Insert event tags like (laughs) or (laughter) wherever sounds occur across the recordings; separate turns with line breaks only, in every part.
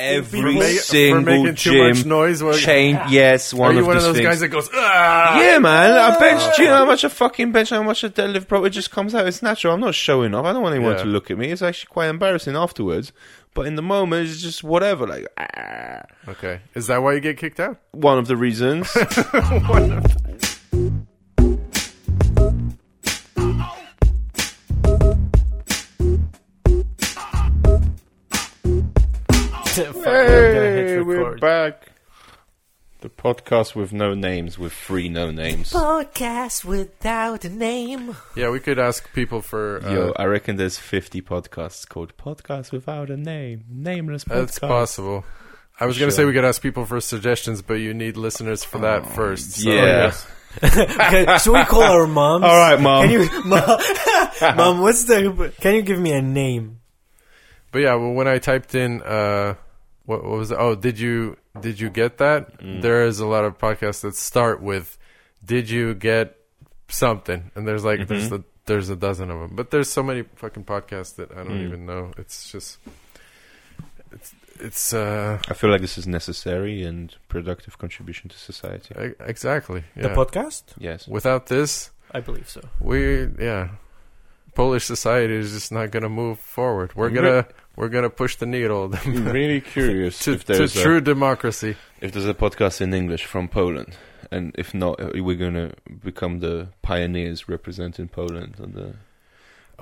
every
ma- for
single
making too
gym
much noise while-
chain. Yes,
Are
one
you
of
one of
these
those
things.
guys that goes, ah?
yeah, man, I bench. Do you know how much I fucking bench? How much I deadlift? Bro, it just comes out. It's natural. I'm not showing off. I don't want anyone
Yeah.
to look at me. It's actually quite embarrassing afterwards. But in the moment, it's just whatever. Like ah.
Okay. Is that why you get kicked out?
one of the
(laughs)
reasons. hey, we're back. The podcast with no names, with three no names.
podcast without a name.
Yeah, we could ask people for. Uh,
Yo, I reckon there's 50 podcasts called Podcast Without a Name, Nameless
that's
Podcast.
possible. I was going to
Sure.
say we could ask people for suggestions, but you need listeners for that first. So,
yeah.
Okay, should we call our moms?
All right, Mom.
(laughs)
Can you, mom, mom, what's the? Can you give me a name?
But yeah, well, when I typed in, uh, what, what was it? Oh, did you did you get that? There is a lot of podcasts that start with, "Did you get something?" And there's like there's a, there's a dozen of them, but there's so many fucking podcasts that I don't even know. It's just it's it's uh
I feel like this is necessary and productive contribution to society.
e- exactly
The
yeah.
podcast?
Yes.
Without this,
I believe so.
we yeah, Polish society is just not gonna move forward. We're
Re-
gonna we're gonna push the needle (laughs)
I'm really (laughs) curious
to,
if
to
there's
true democracy.
a, if there's a podcast in English from Poland, and if not, uh, we're gonna become the pioneers representing Poland on the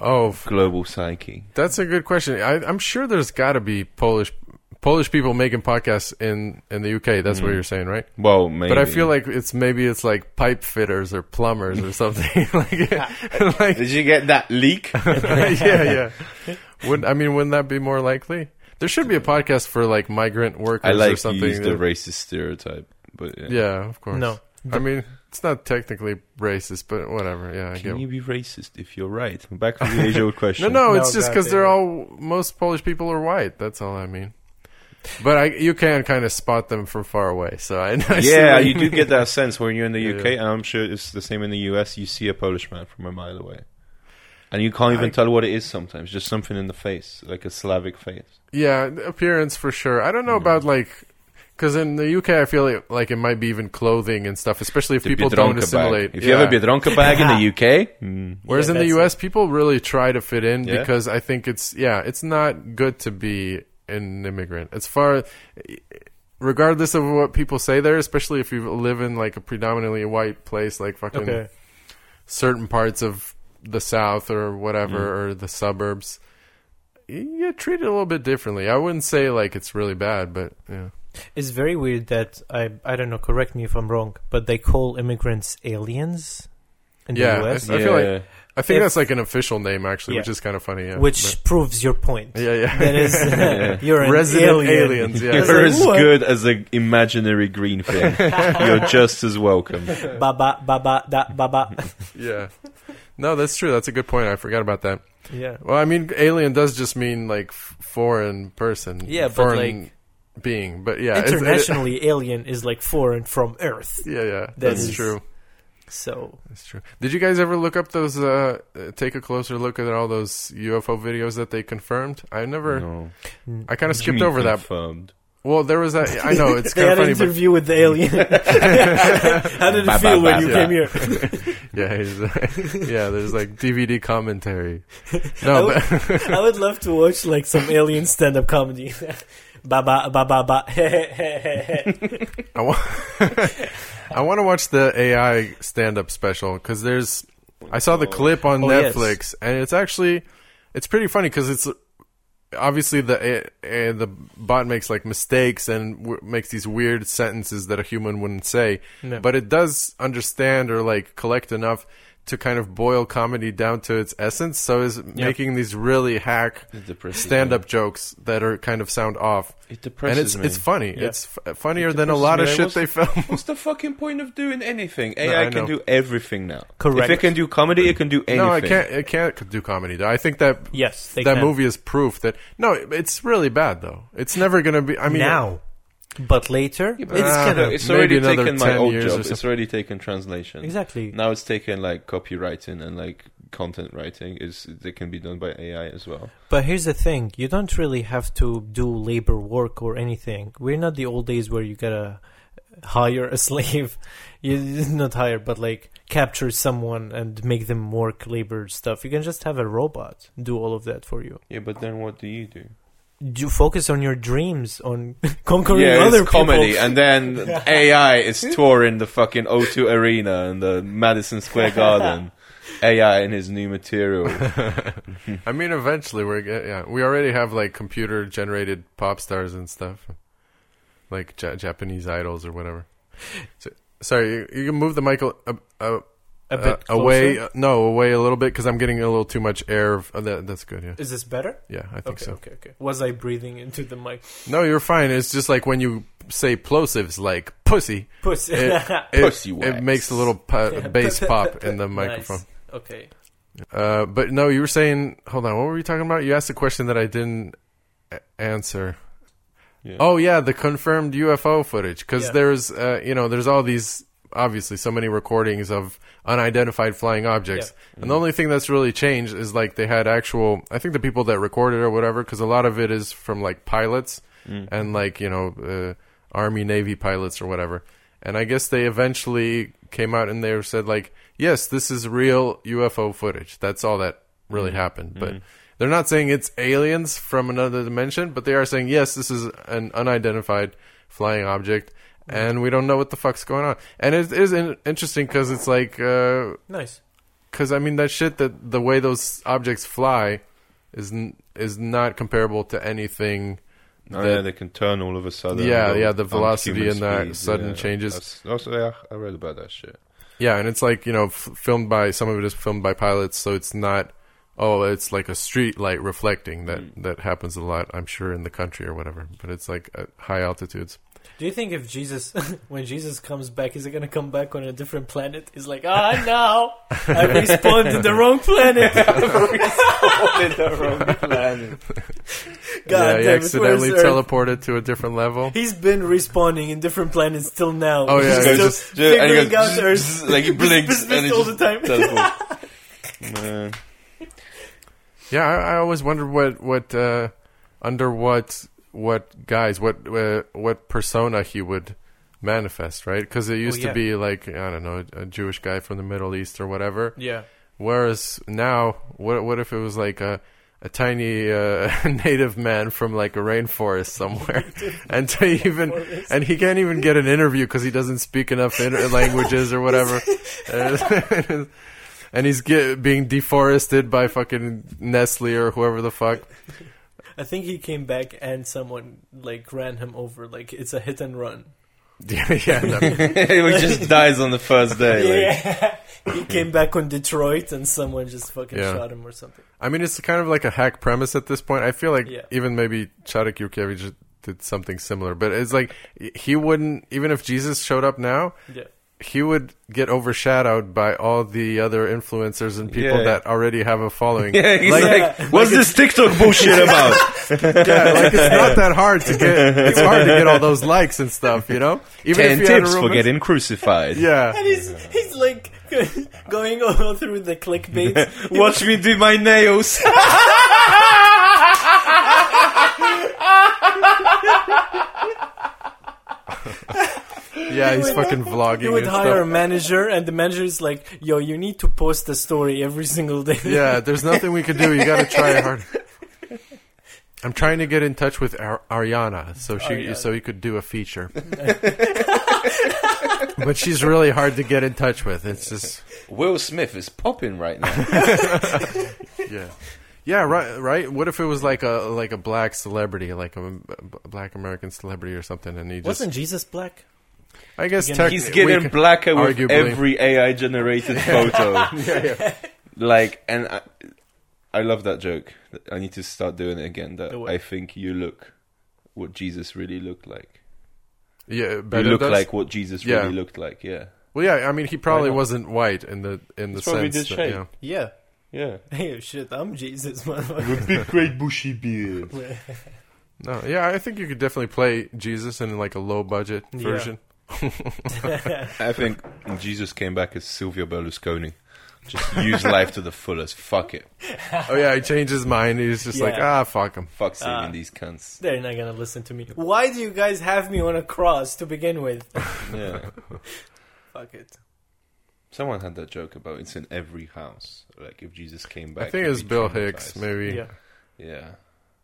Oh, f-
global psyche.
That's a good question. I, I'm sure there's got to be Polish Polish people making podcasts in in the UK. That's what you're saying, right?
Well, Mm-hmm. maybe.
But I feel like it's maybe it's like pipe fitters or plumbers or something. (laughs) like,
(laughs)
like (laughs)
did you get that leak?
yeah, yeah. Would I mean, wouldn't that be more likely? There should be a podcast for like migrant workers
I
or
like to
something.
use the racist stereotype, but yeah.
yeah, of course.
No.
I mean, it's not technically racist, but whatever. Yeah, I get.
Can you be racist if you're right? Back to the (laughs) usual
No,
question.
no,
No,
it's just because
goddamn.
they're all most Polish people are white. That's all I mean. But I, you can kind of spot them from far away. So I, (laughs) I see
yeah,
what
you do
mean.
get that sense when you're in the
Yeah.
UK, and I'm sure it's the same in the US. You see a Polish man from a mile away, and you can't even tell what it is sometimes. Just something in the face, like a Slavic face.
Yeah, appearance for sure. I don't know about like because in the UK, I feel like, like it might be even clothing and stuff, especially if
The
people
Biedronka
don't assimilate.
Bag. If you have a
Yeah.
Biedronka bag in the UK, mm,
Whereas
Yeah,
in the US,
that's
people really try to fit in
Yeah?
because I think it's yeah, it's not good to be an immigrant. As far regardless of what people say there, especially if you live in like a predominantly white place like fucking
Okay.
certain parts of the south or whatever
Mm.
or the suburbs, you get treated a little bit differently. I wouldn't say like it's really bad, but yeah.
It's very weird that I I don't know. Correct me if I'm wrong, but they call immigrants aliens in the
Yeah, uh,
U.S.,
I feel like-
Yeah.
I think
If-
that's like an official name actually,
Yeah.
which is kind of funny. Yeah,
which proves your point. (laughs)
but- yeah, (laughs) yeah.
That is, uh, you're an
Resident
alien.
(laughs)
aliens,
(laughs)
yeah.
It's like,
You're as
what?
good as an imaginary green thing. You're just as welcome.
Baba, baba, da, baba.
(laughs) yeah. No, that's true. That's a good point. I forgot about that.
yeah.
Well, I mean, alien does just mean like f- foreign person.
Yeah, but,
foreign being. But yeah, it's- it-
Internationally, alien is like foreign from Earth.
(laughs) yeah, yeah, that's
is-
true.
So
That's true. Did you guys ever look up those? Uh, uh, take a closer look at all those UFO videos that they confirmed. I (laughs) never.
No.
I kind of skipped over that.
Confirmed.
Well, there was that. I
(laughs)
know it's
they
kind of
had
funny,
an interview with the
(laughs)
alien. How did it
Ba, ba, ba.
feel when you
Yeah. (laughs)
came here?
but yeah, it's- (laughs) yeah. There's like DVD
(laughs)
commentary. No,
would-
but
I would love to watch like some alien stand-up comedy. (laughs) ba ba ba ba (laughs) ba.
I want (laughs) I want to watch the AI stand up special because there's I saw the clip on
Oh, yes.
Netflix and it's actually it's pretty funny because it's obviously the eh, eh, the bot makes like mistakes and w- makes these weird sentences that a human wouldn't say,
No.
but it does understand or like collect enough to kind of boil comedy down to its essence. So it's making these really hack
depresses me.
stand up jokes that are kind of sound off.
It
and it's
depresses me.
it's funny.
Yeah.
It's f- funnier than a lot of
Like,
shit
what's-
they film.
(laughs)
(laughs)
What's the fucking point of doing anything? AI
I
can
know.
do everything now.
Correct.
If it can do comedy, it can do anything.
no, I can't. It can't do comedy. though. I think that
Yes, they
that
can.
movie is proof that no, it's really bad though. It's never gonna be. I mean,
now, but later,
It's,
Uh,
kind of, Ah, it's
maybe
already
another
taken my
10
old
years or
job.
something.
It's already taken translation.
Exactly.
Now it's taken like copywriting and like content writing is that can be done by AI as well.
But here's the thing: you don't really have to do labor work or anything. We're not the old days where you gotta hire a (laughs) slave. You (laughs) not hire, but like capture someone and make them work labor stuff. You can just have a robot do all of that for you.
Yeah, but then what do you do?
You focus on your dreams, on (laughs) conquering
yeah,
other
it's comedy,
people.
and
(laughs)
then AI is touring the fucking O2 Arena and the Madison Square
(laughs)
Garden. AI and his new material.
I mean, eventually we're ge- yeah. We already have like computer generated pop stars and stuff, like ja- Japanese idols or whatever. So, sorry, you, you can move the mic a, a, a,
A bit
uh, away.
closer.
uh, No, away a little bit because I'm getting a little too much air. Of, uh, that, that's good. Yeah,
Is this better?
yeah, I think
Okay,
so.
okay, okay. Was I breathing into the mic?
No, you're fine. It's just like when you say plosives, like pussy.
(laughs) Pussy.
It, it,
Pussy wax.
it makes a
(laughs)
little pu- bass pop in the microphone.
Okay.
Uh, but no, you were saying. Hold on, what were you talking about? You asked a question that I didn't a- answer.
Yeah.
Oh yeah, the confirmed UFO footage because
Yeah.
there's uh, you know there's all these obviously so many recordings of unidentified flying objects, and the only thing that's really changed is like they had actual I think the people that recorded or whatever because a lot of it is from like pilots and like you know uh, army navy pilots or whatever, and I guess they eventually came out and they said like yes this is real UFO footage that's all that really happened (laughs) but.
Mm. Mm-hmm.
They're not saying it's aliens from another dimension, but they are saying yes, this is an unidentified flying object, and we don't know what the fuck's going on. And it is in- interesting because it's like, because
Nice.
I mean that shit that the way those objects fly is n- is not comparable to anything.
Oh,
that-
yeah, they can turn all of a sudden.
Yeah,
and go
yeah, the
on
velocity
human
and that
speed,
sudden
yeah.
changes.
That's- Also, yeah, I read about that shit.
Yeah, and it's like you know, f- filmed by some of it is filmed by pilots, so it's not. Oh, it's like a street light reflecting that
Mm.
that happens a lot, I'm sure, in the country or whatever. But it's like at high altitudes.
Do you think if Jesus, (laughs) when Jesus comes back, is he gonna come back on a different planet? He's like, ah, now
(laughs)
I respawned in the wrong planet.
(laughs)
God
yeah,
damn
he
it,
accidentally
where's Earth?
teleported to a different
(laughs)
level.
He's been respawning in different planets till now.
Oh, yeah,
He's
yeah,
still
just- yeah, and he
figuring
goes
out Earth.
like he blinks
bzz, bzz
and he
all
just
the time. (laughs)
teleports. Man.
Yeah, I, I always wonder what what uh, under what what guys what uh, what persona he would manifest, right? Because it used
Oh, yeah.
to be like I don't know a, a Jewish guy from the Middle East or whatever.
Yeah.
Whereas now, what what if it was like a a tiny uh, (laughs) native man from like a rainforest somewhere, and to even and he can't even get an interview because he doesn't speak enough inter- languages or whatever, (laughs) Uh, and he's get, being deforested by fucking Nestle or whoever the fuck. (laughs)
I think he came back and someone like ran him over. Like it's a hit and run.
yeah, yeah, no.
(laughs) he just dies on the first day. Like,
Yeah. (laughs) he came back on Detroit and someone just fucking
Yeah.
shot him or something.
I mean, it's kind of like a hack premise at this point. I feel like
Yeah.
even maybe Charik Yurkevich did something similar, but it's like he wouldn't even if Jesus showed up now.
Yeah.
he would get overshadowed by all the other influencers and people
Yeah.
that already have a
(laughs)
following.
yeah, he's
like,
like,
Yeah.
what's this TikTok
(laughs)
bullshit about?
yeah, like, it's not that hard to get. It's hard to get all those likes and stuff, you know. Even
Ten
you had a
tips for
romance-
getting crucified.
Yeah,
And he's he's like (laughs) going all through the clickbait.
(laughs) Watch me do my nails. (laughs)
yeah, he's fucking vlogging
You would
and
hire a
stuff.
manager, and the manager is like, "Yo, you need to post a story every single day."
Yeah, there's nothing we can do. You got to try hard. I'm trying to get in touch with Ar- Ariana so she
Ariana.
so he could do a feature. (laughs) but she's really hard to get in touch with. It's just
Will Smith is popping right (laughs) now.
Yeah. Yeah, right right. What if it was like a like a black celebrity, like a, m- b- black American celebrity or something and he just
(laughs) Wasn't Jesus black?
I guess
He's
tech,
He's
we
getting
c-
blacker with
arguably.
every AI (laughs) generated photo. Like, and I, I love that joke. I need to start doing it again. That
The what?
I think you look what Jesus really looked like.
Yeah,
You
better
look
does-
like what Jesus
Yeah.
really looked like. Yeah,
Well, yeah, I mean he probably
not?
wasn't white in the in the
It's probably
sense
this
that,
shape.
yeah.
Yeah.
yeah.
Hey, shit, I'm Jesus, (laughs) motherfucker.
With big, great bushy (laughs) beard.
No, yeah, I think you could definitely play Jesus in like a low budget
Yeah. (laughs)
version.
I think Jesus came back as Silvio Berlusconi. Just use life to the fullest. Fuck it.
Oh yeah, he changed his mind. He's just like,
Yeah.
ah, fuck him.
Fuck saving
Ah.
these cunts.
They're not gonna listen to me. Why do you guys have me on a cross to begin with?
Yeah.
(laughs) Fuck it.
(laughs) Someone had that joke about it's in every house. Like if Jesus came back.
I think
you'd
it was
be
Bill Hicks.
traumatized.
Maybe
Yeah.
Yeah.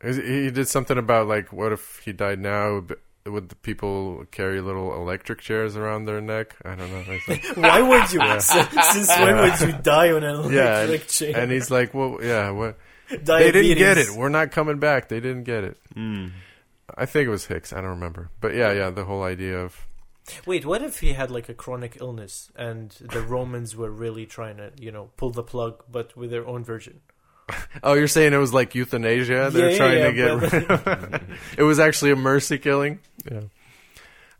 Is- he did something about like, what if he died now? b- Would the people carry little electric chairs around their neck? I don't know. Like that.
Why would you? (laughs) Since since when
Yeah.
would you die on an
yeah,
electric
and, (laughs)
chair?
and he's like, well, yeah, what? They
Diabetes.
didn't get it. We're not coming back. They didn't get it.
Mm.
I think it was Hicks. I don't remember, but yeah, yeah, the whole idea of
Wait, what if he had like a chronic illness and (laughs) the Romans were really trying to, you know, pull the plug, but with their own version?
oh, you're saying it was like euthanasia. They're
Yeah,
trying
yeah,
to get rid of. (laughs) it was actually a mercy killing. Yeah,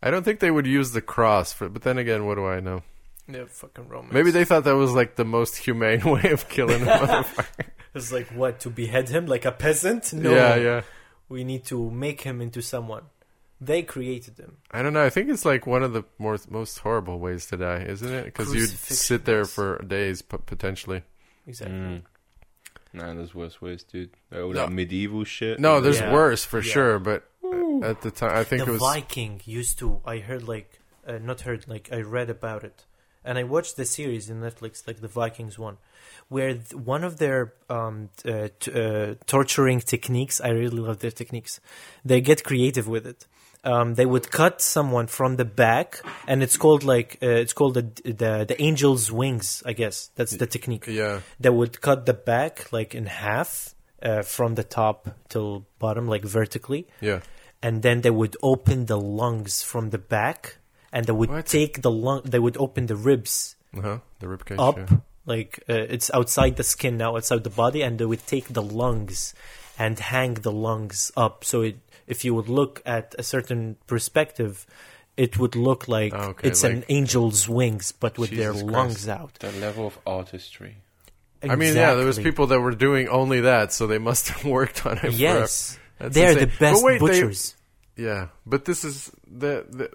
I don't think they would use the cross for. But then again, what do I know?
Yeah, fucking Romans.
Maybe they thought that was like the most humane (laughs) way of killing a motherfucker.
It's like what to behead him like a peasant? (laughs) No,
Yeah, yeah.
we need to make him into someone. They created him.
I don't know. I think it's like one of the more most horrible ways to die, isn't it? Because you'd
Crucifixion
sit there
is-
for days po- potentially.
Exactly.
Mm. Nah, there's worse ways, dude. Like, all
No.
that medieval shit.
No, there's
Yeah.
worse for
Yeah.
sure, but at the time, I think
the
it was.
Viking used to. I heard like, uh, not heard like, I read about it, and I watched the series in Netflix, like the Vikings one, where th- one of their um, t- uh, t- uh, torturing techniques. I really love their techniques. They get creative with it. Um, they would cut someone from the back, and it's called like uh, it's called the, the the angel's wings. I guess that's the technique.
yeah,
They would cut the back like in half uh, from the top till bottom, like vertically,
yeah.
and then they would open the lungs from the back and they would
What?
take the lung they would open the ribs
Uh huh. The ribcage.
up
Yeah.
like uh, it's outside the skin now outside the body and they would take the lungs and hang the lungs up so it, if you would look at a certain perspective it would look like
Ah, okay,
it's an
like-
angel's wings but with their
Jesus Christ.
lungs out
That level of artistry.
I mean, yeah, there was
Exactly.
people that were doing only that, so they must have (laughs) worked on it.
yes
forever. That's
they're
insane.
the
But
best
wait, they-
butchers
forever. Yeah, but this is the, the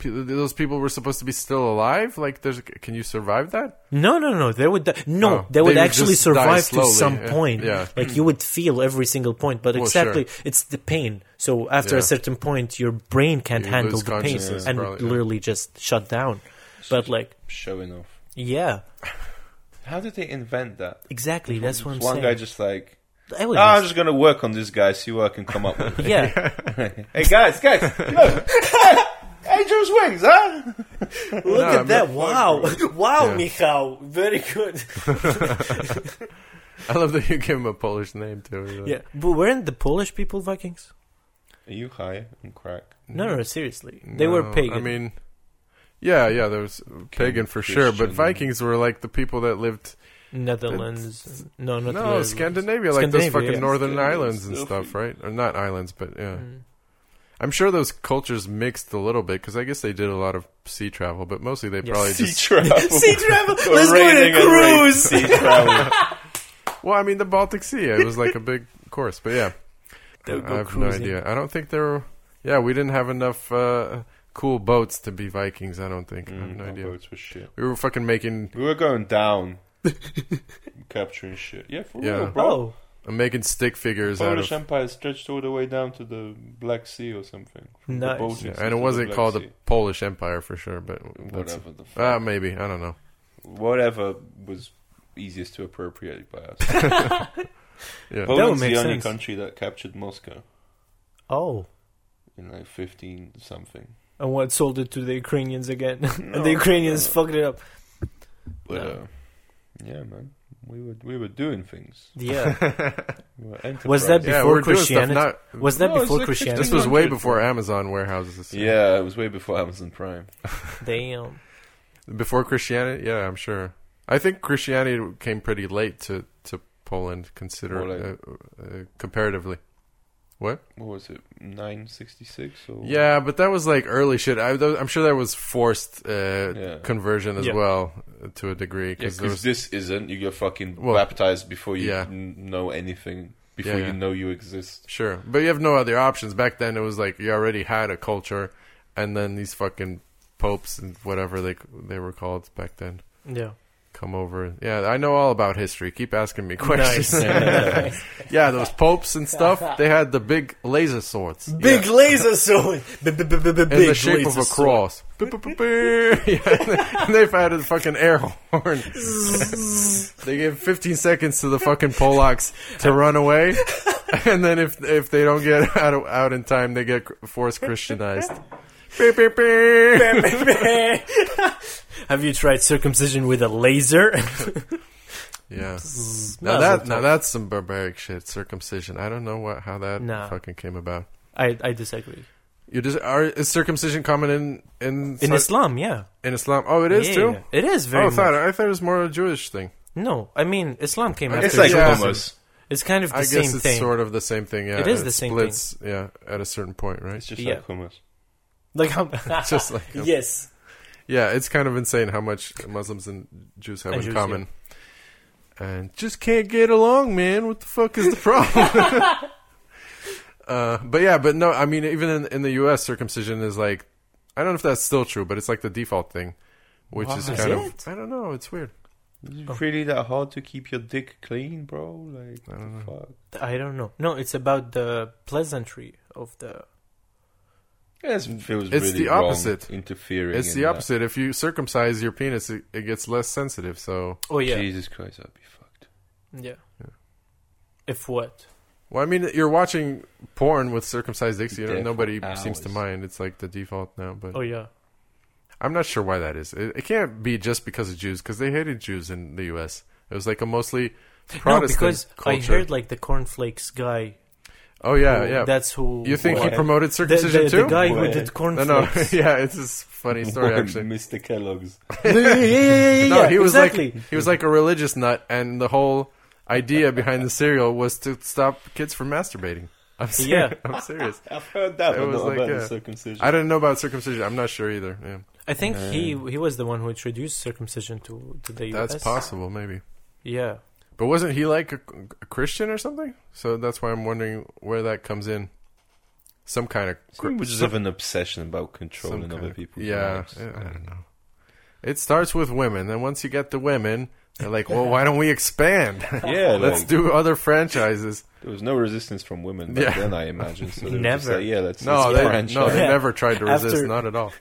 pe- those people were supposed to be still alive. Like, there's can you survive that? (laughs)
No, no, no. They would die. no.
Oh,
they would
they would
actually
just die
survive to
slowly,
some
yeah,
point.
yeah.
Like you would feel every single point, but
Well,
exactly it's the pain. So after a
Yeah.
certain point, your brain can't
You
handle
lose
the pain
consciousness,
and
probably, yeah.
literally just shut down. But like,
Showing off.
yeah,
How did they invent that?
exactly. That's what I'm
One
saying.
guy just like,
I would
"Ah, I'm
just-
just gonna work on this guy, see what I can come up with.
(laughs)
(laughs)
yeah,
(laughs) hey guys, guys, look, (laughs) Angel's wings, huh?
look
Nah,
at
I'm
that!
not-
Wow, (laughs) wow,
Yeah.
Michał, very
(laughs)
good.
I love that you gave him a Polish name too.
yeah, but weren't the Polish people Vikings?
Are you high and crack? (laughs)
No, no, seriously, they were
No,
pagan.
I mean, yeah, yeah, there was pagan for sure, but
Christian.
Vikings were like the people that lived
Netherlands, no, not
no
Netherlands.
Scandinavia, like those
Scandinavia,
fucking
yeah.
northern
Scandinavia,
islands and
filthy.
stuff, right? Or not islands, but yeah.
Mm.
I'm sure those cultures mixed a little bit because I guess they did a lot of sea travel, but mostly they
Yeah.
probably
(laughs) Sea
just.
travel.
(laughs) Sea
Or
travel. Let's go on a
raiding and raid-
cruise.
Sea travel.
Well, I mean, the Baltic Sea. It was like
(laughs)
a big course, but yeah.
They'll
I
go
have
cruising.
no idea. I don't think there were. Yeah, we didn't have enough uh, cool boats to be Vikings. I don't think. I have
Mm,
no
our
idea.
boats were shit.
We were fucking making
We were going
(laughs)
down, capturing shit. Yeah, for
Yeah.
real, bro.
Oh,
uh, making stick figures out
Polish
of.
Empire stretched all the way down to the Black Sea or something. From the
Nice.
Baltic
Yeah,
Sea
and
to
it
the
wasn't
Black
called the
Sea.
Polish Empire for sure, but that's,
whatever the fuck.
uh, maybe I don't know.
whatever was easiest to appropriate by
(laughs)
us.
Yeah.
Well-
Poland's
make
the only
sense.
country that captured Moscow
oh,
in like 15 something.
and what sold it to the Ukrainians again? (laughs)
No,
and the Ukrainians
no.
fucked it up.
But
No.
uh, yeah, man, we were we were doing things.
Yeah,
We were
Was that
enterprising.
yeah,
before
we're doing stuff.
Christianity-
Not,
was that
No, it's
before
like
Christianity?
this was way before Amazon warehouses.
Yeah, it was way before Amazon Prime.
Damn.
Before Christianity, yeah, I'm sure. I think Christianity came pretty late to, to Poland, consider
More like-
uh, uh, comparatively.
What was it? 966 or
Yeah, but that was like early shit. I, th- I'm sure that was forced uh,
Yeah.
conversion as
Yeah.
well uh, to a degree
Yeah,
because there
because
was
this isn't. You get fucking
Well,
baptized before you
yeah.
n- know anything, before
Yeah, yeah.
you know you exist.
Sure, but you have no other options. Back then, it was like you already had a culture, and then these fucking popes and whatever they they were called back then
Yeah.
come over. Yeah, I know all about history. Keep asking me questions.
Nice. Nice.
(laughs) yeah, those popes and stuff, they had the big laser swords.
Big laser sword. Big
yeah. in the shape of
laser
a
sword.
cross. (laughs) yeah, and they've had a fucking
(laughs)
air horn. they give 15 seconds to the fucking Polacks to run away, (laughs) and then if if they don't get out of, out in time, they get cr- forced
(laughs)
Christianized. Beep, beep, beep.
(laughs) Have you tried circumcision with a laser? (laughs)
Yeah. Now that now that's some barbaric shit. Circumcision. I don't know what how that
Nah.
fucking came about.
I I disagree.
You just are is circumcision common in in
In
Sar-
Islam, yeah,
in Islam? Oh, it is
Yeah,
too.
yeah. It is
Oh,
very.
I thought
much.
I thought it was more a Jewish thing.
No, I mean Islam came after.
It's like
Yeah.
Judaism.
hummus.
It's kind of the
I
same
guess it's
thing.
sort of the same thing. Yeah,
It is
and
the same thing.
splits, thing. Yeah, at a certain point, right?
(laughs)
It's just
Yeah.
like hummus.
Like how?
It's (laughs) just like yeah.
yes.
it's kind of insane how much Muslims and Jews have
And
in
Jews,
common. And just can't get along, man. What the fuck is the problem?
(laughs)
(laughs) uh, but yeah, but no, I mean, even in, in the U.S., circumcision is like, I don't know if that's still true, but it's like the default thing, which is
Is
kind
it?
of, I don't know, it's weird. Oh.
It's really that hard to keep your dick clean, bro? Like,
I don't know.
fuck.
I don't know. No, it's about the pleasantry of the.
Yeah, it feels
It's
really
the
wrong
opposite.
interfering.
It's
in
the
that.
opposite. If you circumcise your penis, it, it gets less sensitive. So,
Oh yeah,
Jesus Christ, I'd be fucked.
yeah. If what?
well, I mean, you're watching porn with circumcised dicks. You
Yeah,
know,
for
nobody seems to
hours.
mind. It's like the default now. But
Oh yeah.
I'm not sure why that is. It, it can't be just because of Jews, because they hated Jews in the U.S. It was like a mostly
No,
Protestant
because I
culture.
heard like the cornflakes guy.
oh yeah,
who-
yeah.
That's who.
you think
What?
he promoted
the,
circumcision
the,
too?
the guy who
What?
did
no, no. (laughs)
cornflakes?
yeah, it's this
(laughs)
funny story actually.
Mr. Kellogg's.
yeah, yeah, yeah, yeah,
no,
yeah,
he was
exactly.
like he was like a religious nut, and the whole idea behind the cereal was to stop kids from masturbating. I'm (laughs) serious. I'm serious.
I've heard that,
It
but
was
not
like,
about
yeah.
the circumcision.
I didn't know about circumcision. I'm not sure either. Yeah,
I think he he was the one who introduced circumcision to to the
that's
US.
possible, maybe.
Yeah.
But wasn't he like a, a Christian or something? So that's why I'm wondering where that comes in. Some kind of cr-
People just
some-
have an obsession about
some
controlling
kind
other
of-
people's
Yeah,
lives.
I I don't know. It starts with women, then once you get the women, they're like, "Well, why don't we expand?
(laughs) Yeah,
(laughs) Let's
like,
do
(laughs)
other franchises."
There was no resistance from women back
Yeah.
then, I imagine. So they were just
Never.
like, yeah, let's,
No,
let's
they,
branch
no,
out.
they never tried to resist.
After-
not at all.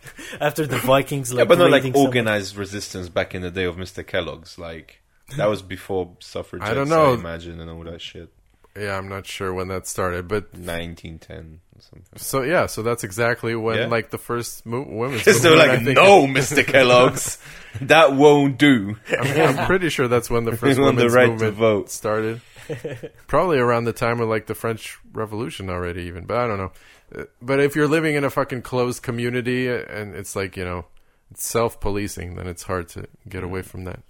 (laughs)
After the Vikings, like
yeah, but not like
raiding some-
organized resistance back in the day of Mr. Kellogg's. Like that was before suffrage.
I don't know.
I imagine, and all that shit.
Yeah, I'm not sure when that started, but
1910 or something.
so yeah, so that's exactly when
Yeah.
like the first mo-
(laughs)
women's
Because they were
movement,
like,
I think-
no, Mr. Kellogg's, that won't do.
(laughs) I mean, I'm pretty sure
(laughs)
that's when the first
They won the
women's
right to
movement
vote.
started. (laughs) Probably around the time of like the French Revolution already, even. But I don't know. Uh, But if you're living in a fucking closed community uh, and it's like you know, it's self-policing, then it's hard to get away from that.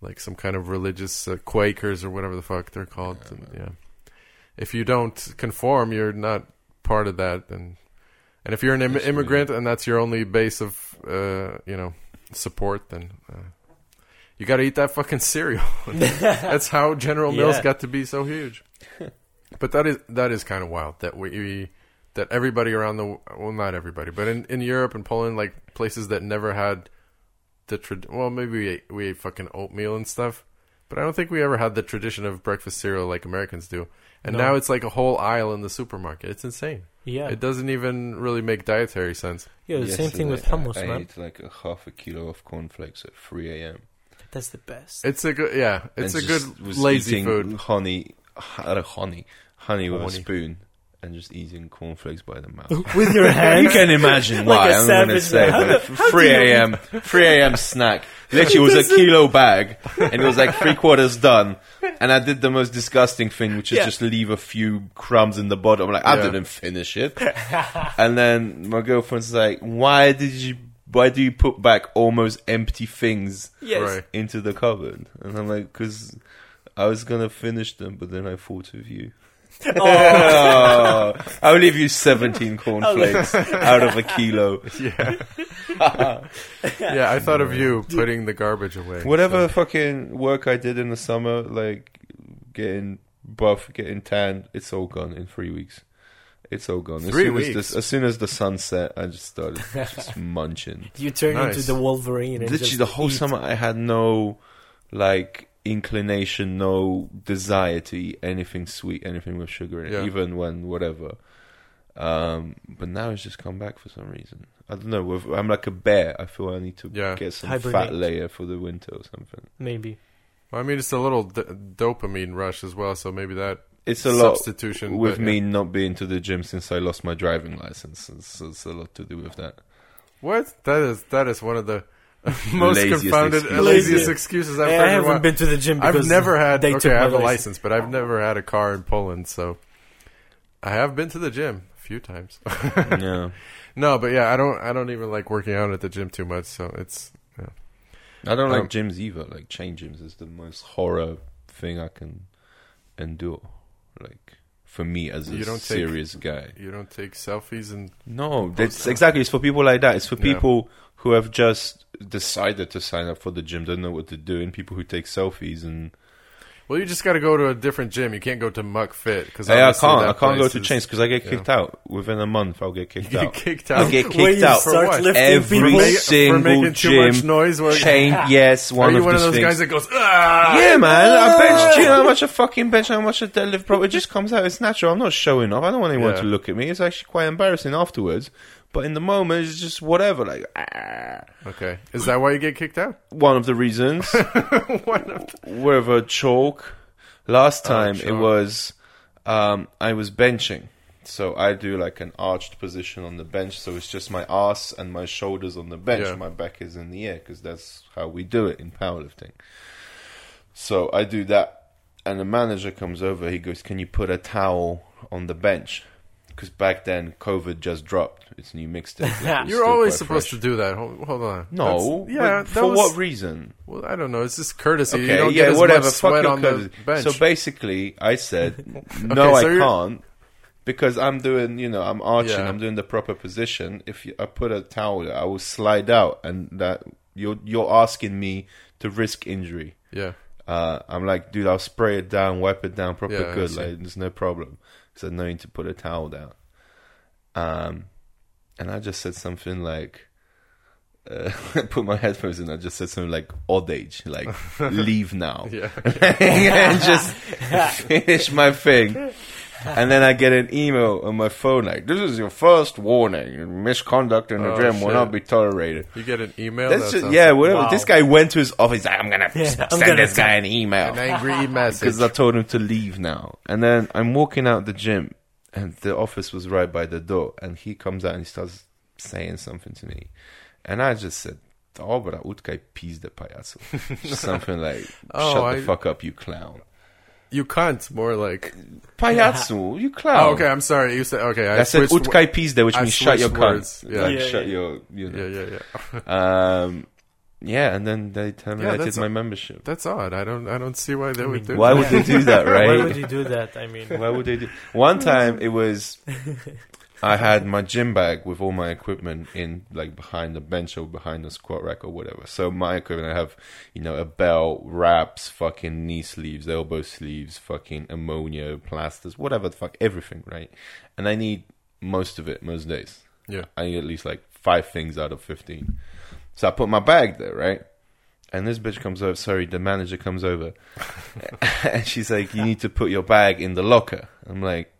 Like some kind of religious uh, Quakers or whatever the fuck they're called. and, yeah. If you don't conform, you're not part of that. And and if you're an Im-
Yes,
immigrant and that's your only base of uh, you know support, then. Uh, you got to eat that fucking cereal.
(laughs)
(laughs) That's how General Mills
Yeah.
got to be so
(laughs)
huge. but that is that is kind of wild that we that everybody around the well not everybody, but in, in Europe and Poland like places that never had the trad well maybe we ate, we ate fucking oatmeal and stuff, but I don't think we ever had the tradition of breakfast cereal like Americans do. And
No.
now it's like a whole aisle in the supermarket. It's insane.
Yeah,
It doesn't even really make dietary sense.
yeah, the same thing with hummus,
I, I
man.
ate like a half a kilo of cornflakes at 3 a.m.
That's the best.
It's a good yeah, it's
and
a
just
good
was
lazy
eating
food.
Honey, out of honey, honey with a
Honey.
spoon, and just eating cornflakes by the mouth.
(laughs)
(laughs)
with
(laughs)
your
You
hand.
can imagine
Like
why
a
I'm going to say
savage man.
but 3 a.m. 3 a.m. (laughs) snack. Literally, it was a kilo bag, and it was like three quarters done. And I did the most disgusting thing, which is
Yeah.
just leave a few crumbs in the bottom. Like I
Yeah.
didn't finish (laughs) it. and then my girlfriend's like, "Why did you? Why do you put back almost empty things
yes.
Right.
into the cupboard?" And I'm like, "Cause." I was gonna finish them, but then I thought of you.
Oh,
Oh, (laughs) I'll leave you 17 cornflakes out of a kilo.
Yeah. (laughs) yeah, I thought of you putting the garbage away.
Whatever fucking work I did in the summer, like getting buff, getting tanned, it's all gone in three weeks. It's all gone. As
Three
soon as,
weeks.
this, as soon as the sun set, I just started just munching.
You turn
Nice.
into the Wolverine. And
Literally,
just
the whole
eat.
summer, I had no like inclination, no desire to eat anything sweet, anything with sugar in it,
Yeah.
even when whatever. Um, but now it's just come back for some reason. I don't know. With, I'm like a bear. I feel I need to
Yeah.
get some
Hibernate.
fat layer for the winter or something.
Maybe.
Well, I mean, it's a little d- dopamine rush as well, so maybe that
It's a lot
substitution
with
but, yeah.
me not being to the gym since I lost my driving license. It's, it's a lot to do with
(laughs)
that.
What? That is that is one of
(laughs)
the most
Laziest
confounded,
excuse.
laziest
Laziest.
excuses
I
I've heard. in a while.
haven't been to the gym because
I've never had.
They
okay,
took
I
my
have a
license.
license, but I've never had a car in Poland, so I have been to the gym a few times. (laughs)
yeah.
no, but yeah, I don't. I don't even like working out at the gym too much, so it's
I don't like
Um,
gyms either. Like chain gyms is the most horror thing I can endure. Like for me as a
You don't take-
serious guy.
you don't take selfies and
No,
Post
that's
that.
exactly. It's for people like that. It's for
Yeah.
people who have just decided to sign up for the gym, don't know what to do, and people who take selfies and
well, you just got to go to a different gym. You can't go to Muck Fit because
hey, I "Ah, can't. I can't go to chains because I get
yeah.
kicked out within a month. I'll get
You
kicked
get (laughs)
out.
kicked out.
I get
Where
kicked
you
out.
for
start
what?
lifting
Every
people.
Ma-
single
for making too much
gym.
noise. Where, (laughs)
Chain, yes,
are
one
you
of
one of
these
those
things.
guys that goes? Ah!
Yeah, man. I bench. Do you know how much I fucking bench? How much I deadlift? Bro, it just comes out. It's natural. I'm not showing off. I don't want anyone
Yeah.
to look at me. It's actually quite embarrassing afterwards. But in the moment, it's just whatever. Like ah.
Okay, is that why you get kicked out?
one of the reasons,
(laughs) One of the-
whatever chalk. Last time it
chalk.
was, um, I was benching. So I do like an arched position on the bench. So it's just my ass and my shoulders on the bench.
Yeah.
My back is in the air because that's how we do it in powerlifting. So I do that, and the manager comes over. He goes, "Can you put a towel on the bench?" Because back then COVID just dropped. It's new
(laughs)
mixtape. Like, it's
You're
still
always
quite
supposed
fresh.
to do that. Hold, hold on.
No,
That's- yeah.
but
that
for
was-
what reason?
Well, I don't know. It's just courtesy. you
Okay,
don't get
yeah,
as
whatever.
much
Fuck
sweat
your
on the
colours.
bench.
So basically, I said, no,
(laughs) Okay, so
I
you're-
can't. Because I'm doing, you know, I'm arching,
Yeah.
I'm doing the proper position. If you, I put a towel, I will slide out, and that you're you're asking me to risk injury.
yeah,
Uh, I'm like, dude, I'll spray it down, wipe it down proper
Yeah, I
good.
see.
Like, there's no problem. Because I know you need to put a towel down. Um, and I just said something like, uh, (laughs) I put my headphones in. I just said something like, old age,
(laughs)
like, leave now. (laughs)
yeah.
and just finish my thing. And then I get an email on my phone like, this is your first warning. Misconduct in the
Oh,
gym will
shit.
not be tolerated.
You get an email.
That's
that
just,
sounds
yeah,
like
whatever. This guy went to his office. Like, I'm
(laughs)
gonna
Yeah,
s-
I'm
send
gonna
this guy an email (laughs)
an angry
because
message.
I told him to leave now. And then I'm walking out the gym, and the office was right by the door. And he comes out and he starts saying something to me, and I just said, "Oh, "Dobra, utkaj pizdę
(laughs)
pajacu," something like,
Oh,
"Shut
I-
the fuck up, you clown."
You can't more like.
Payasu, you clown.
Oh, okay. I'm sorry. You said okay. I,
I said
switched
utkaj pizdę, which
I
means shut your
switched words.
cunt.
Yeah.
Like,
Yeah,
shut
yeah.
your, you
wo-
know.
Yeah, yeah, yeah.
Um, yeah, and then they terminated
that's
my
a-
membership.
That's odd. I don't. I don't see why they would do.
Why
that.
would they do that, right?
(laughs) (laughs) Why would you do that? I mean, (laughs)
Why would they do? One time it was, I had my gym bag with all my equipment in like behind the bench or behind the squat rack or whatever. So my equipment, I have, you know, a belt, wraps, fucking knee sleeves, elbow sleeves, fucking ammonia, plasters, whatever the fuck, everything, right? And I need most of it most days.
Yeah.
I need at least like five things out of 15. So I put my bag there, right? And this bitch comes over, sorry, the manager comes
(laughs)
over. and she's like, You need to put your bag in the locker. I'm like,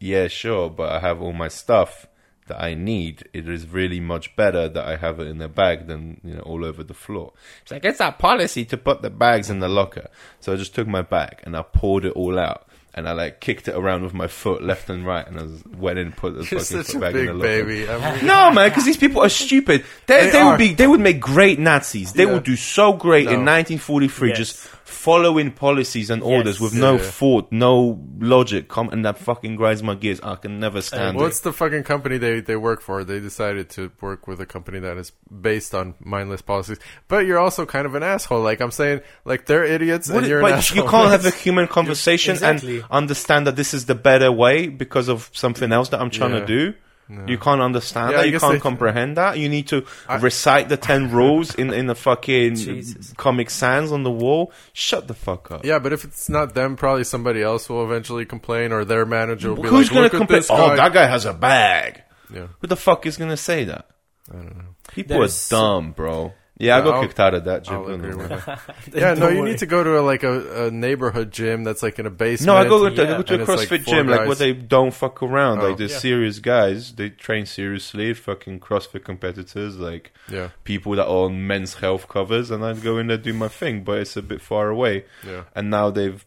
Yeah, sure, but I have all my stuff that I need. It is really much better that I have it in a bag than, you know, all over the floor. She's like, It's our policy to put the bags in the locker. So I just took my bag and I poured it all out. And I like kicked it around with my foot left and right, and I was, went in and put the
You're
fucking
such a
foot bag in the
big
locker. (laughs)
baby. I mean,
No, man, because these people are stupid. They,
They
they,
are.
would be, they would make great Nazis. They
Yeah.
would do so great in
No.
1943,
Yes.
just following policies and orders
Yes.
with no
Yeah.
thought, no logic. Come and that fucking grinds my gears. I can never stand
What's
it.
the fucking company they, they work for? They decided to work with a company that is based on mindless policies. But you're also kind of an asshole. Like I'm saying, like they're idiots
What
and
is-
you're an
but
asshole.
you can't have a human conversation
Exactly.
and understand that this is the better way because of something else that I'm trying
Yeah.
to do.
No.
You can't understand
Yeah, I
that. You
guess
can't
they-
comprehend that. You need to
I-
recite the
(laughs)
ten rules in in the fucking
Jesus.
Comic Sans on the wall. Shut the fuck up.
(laughs) Yeah, but if it's not them, probably somebody else will eventually complain, or their manager will be
Who's
like, "Look
gonna
at
complain?
this
Oh,
guy."
that guy has a bag.
Yeah.
Who the fuck is gonna say that?
I don't know.
People
There's-
are dumb, bro. Yeah, I
Yeah,
got
I'll-
kicked out of that gym.
I'll agree with that.
Don't
Yeah, no, you
worry.
need to go to a, like a, a neighborhood gym that's like in a basement.
No, I go to, I
yeah,
go to a
and it's like
CrossFit
four
gym, like where
guys.
they don't fuck around.
Oh.
Like they're
Yeah.
serious guys. They train seriously. Fucking CrossFit competitors, like
Yeah,
people that are on men's health covers, and I'd go in there do my thing. But it's a bit far away,
yeah.
and now they've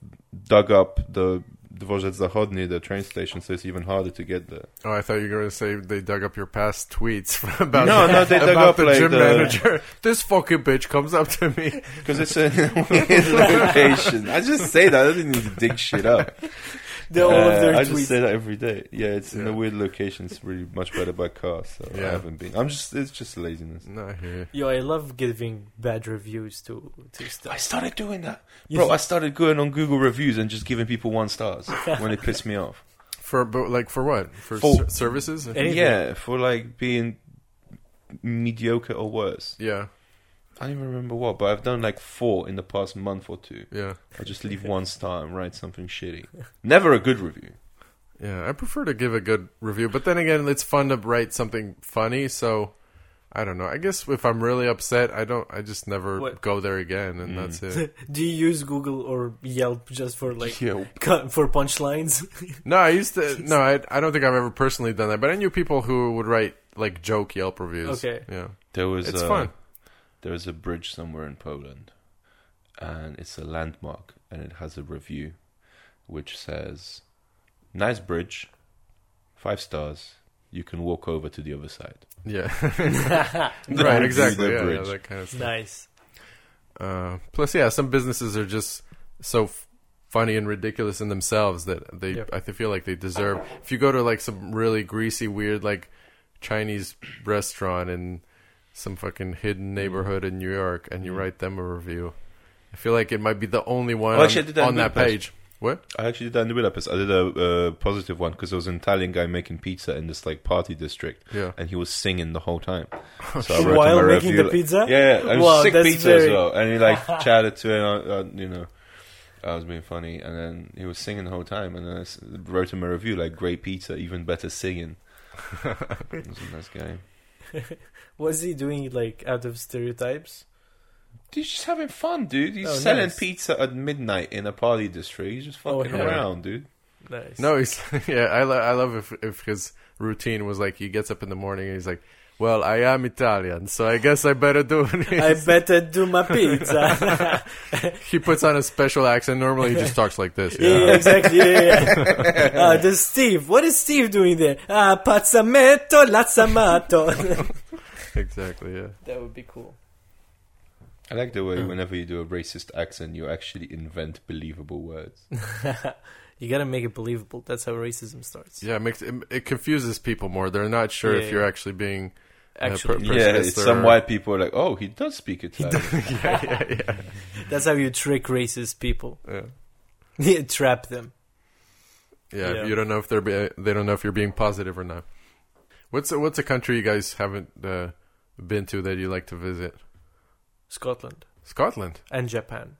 dug up the Dvorzec Zachodny, the train station, so it's even harder to get there.
Oh, I thought you were going to say they dug up your past tweets (laughs) about
No, no, they dug
about
up,
the
like,
gym
the-
manager. (laughs) This fucking bitch comes up to me. (laughs)
Because it's a (laughs) weird location. I just say that. I didn't need to dig shit up.
They're all of their
Uh, I
tweets.
just say that every day. Yeah, it's in a
Yeah.
weird location. It's really much better by car, so I
Yeah.
haven't been. I'm just. It's just laziness.
No, I hear you.
Yo, I love giving bad reviews to to stuff.
I started doing that,
You
bro.
s-
I started going on Google reviews and just giving people one
(laughs)
stars when it pissed me off.
For but like for what? For,
For-
ser- services?
Eh.
Anything.
Yeah, for like being mediocre or worse.
Yeah,
I don't even remember what, but I've done like four in the past month or two.
yeah,
I just
(laughs)
leave one star and write something shitty. Never a good review.
yeah. I prefer to give a good review, but then again, it's fun to write something funny. So I don't know. I guess if I'm really upset, I don't. I just never
What-
go there again, and
Mm.
that's
(laughs)
it.
(laughs) Do you use Google or Yelp just for like
Yo,
cut for punchlines? (laughs)
No, I used to. No, I, I don't think I've ever personally done that, but I knew people who would write like joke Yelp reviews.
Okay.
Yeah,
there was uh,
it's
a,
fun.
There was a bridge somewhere in Poland, and it's a landmark, and it has a review, which says, "Nice bridge, five stars. You can walk over to the other side."
Yeah.
Right,
right, exactly.
the
Yeah, yeah,
bridge.
that kind of stuff.
nice.
Uh, plus, yeah, some businesses are just so f- funny and ridiculous in themselves that they,
Yep.
I th- feel like they deserve. If you go to like some really greasy, weird like Chinese restaurant in some fucking hidden neighborhood in New York, and you write them a review, I feel like it might be the only one
Well,
on-
actually, I did that
on,
in
that
Budapest.
page. What?
I actually did that in Budapest. I did a uh, positive one because there was an Italian guy making pizza in this like party district,
Yeah.
and he was singing the whole (laughs) time. So I wrote him
While
a
making
review,
the
like-
pizza?
yeah, yeah, it was
Wow,
sick
that's
pizza as
very-
well. And he (laughs) like chatted to it, and I, I, you know, I was being funny, and then he was singing the whole time, and then I s- wrote him a review like great pizza, even better (laughs) singing. It was a nice guy.
Was he doing like out of stereotypes?
He's just having fun, dude. He's
Oh,
selling
nice.
pizza at midnight in a party district. He's just
Oh,
fucking
hell
yeah.
around, dude.
Nice.
No, he's (laughs) yeah. I lo- I love if if his routine was like he gets up in the morning and he's like, "Well, I am Italian, so I guess I better do it."
I
(laughs)
better do my pizza. (laughs)
He puts on a special accent. Normally, he just talks like this.
yeah, yeah, exactly. Yeah, yeah. Uh, there's Steve. What is Steve doing there? Ah, pazzametto, lazzamato. (laughs)
exactly. Yeah.
that would be cool.
I like the way whenever you do a racist accent, you actually invent believable words.
(laughs) you gotta make it believable. That's how racism starts.
Yeah, it makes it, it confuses people more. They're not sure
Yeah.
if you're actually
(laughs)
being.
Actually,
Yeah,
per- Yes,
it's some
or-
white people are like, oh, he does speak Italian.
yeah, yeah, yeah,
that's how you trick racist people.
yeah.
(laughs) You Trap them.
Yeah,
Yeah.
You don't know if they're be, they don't know if you're being positive or not. What's a, what's a country you guys haven't uh, been to that you like to visit?
Scotland
Scotland.
and Japan.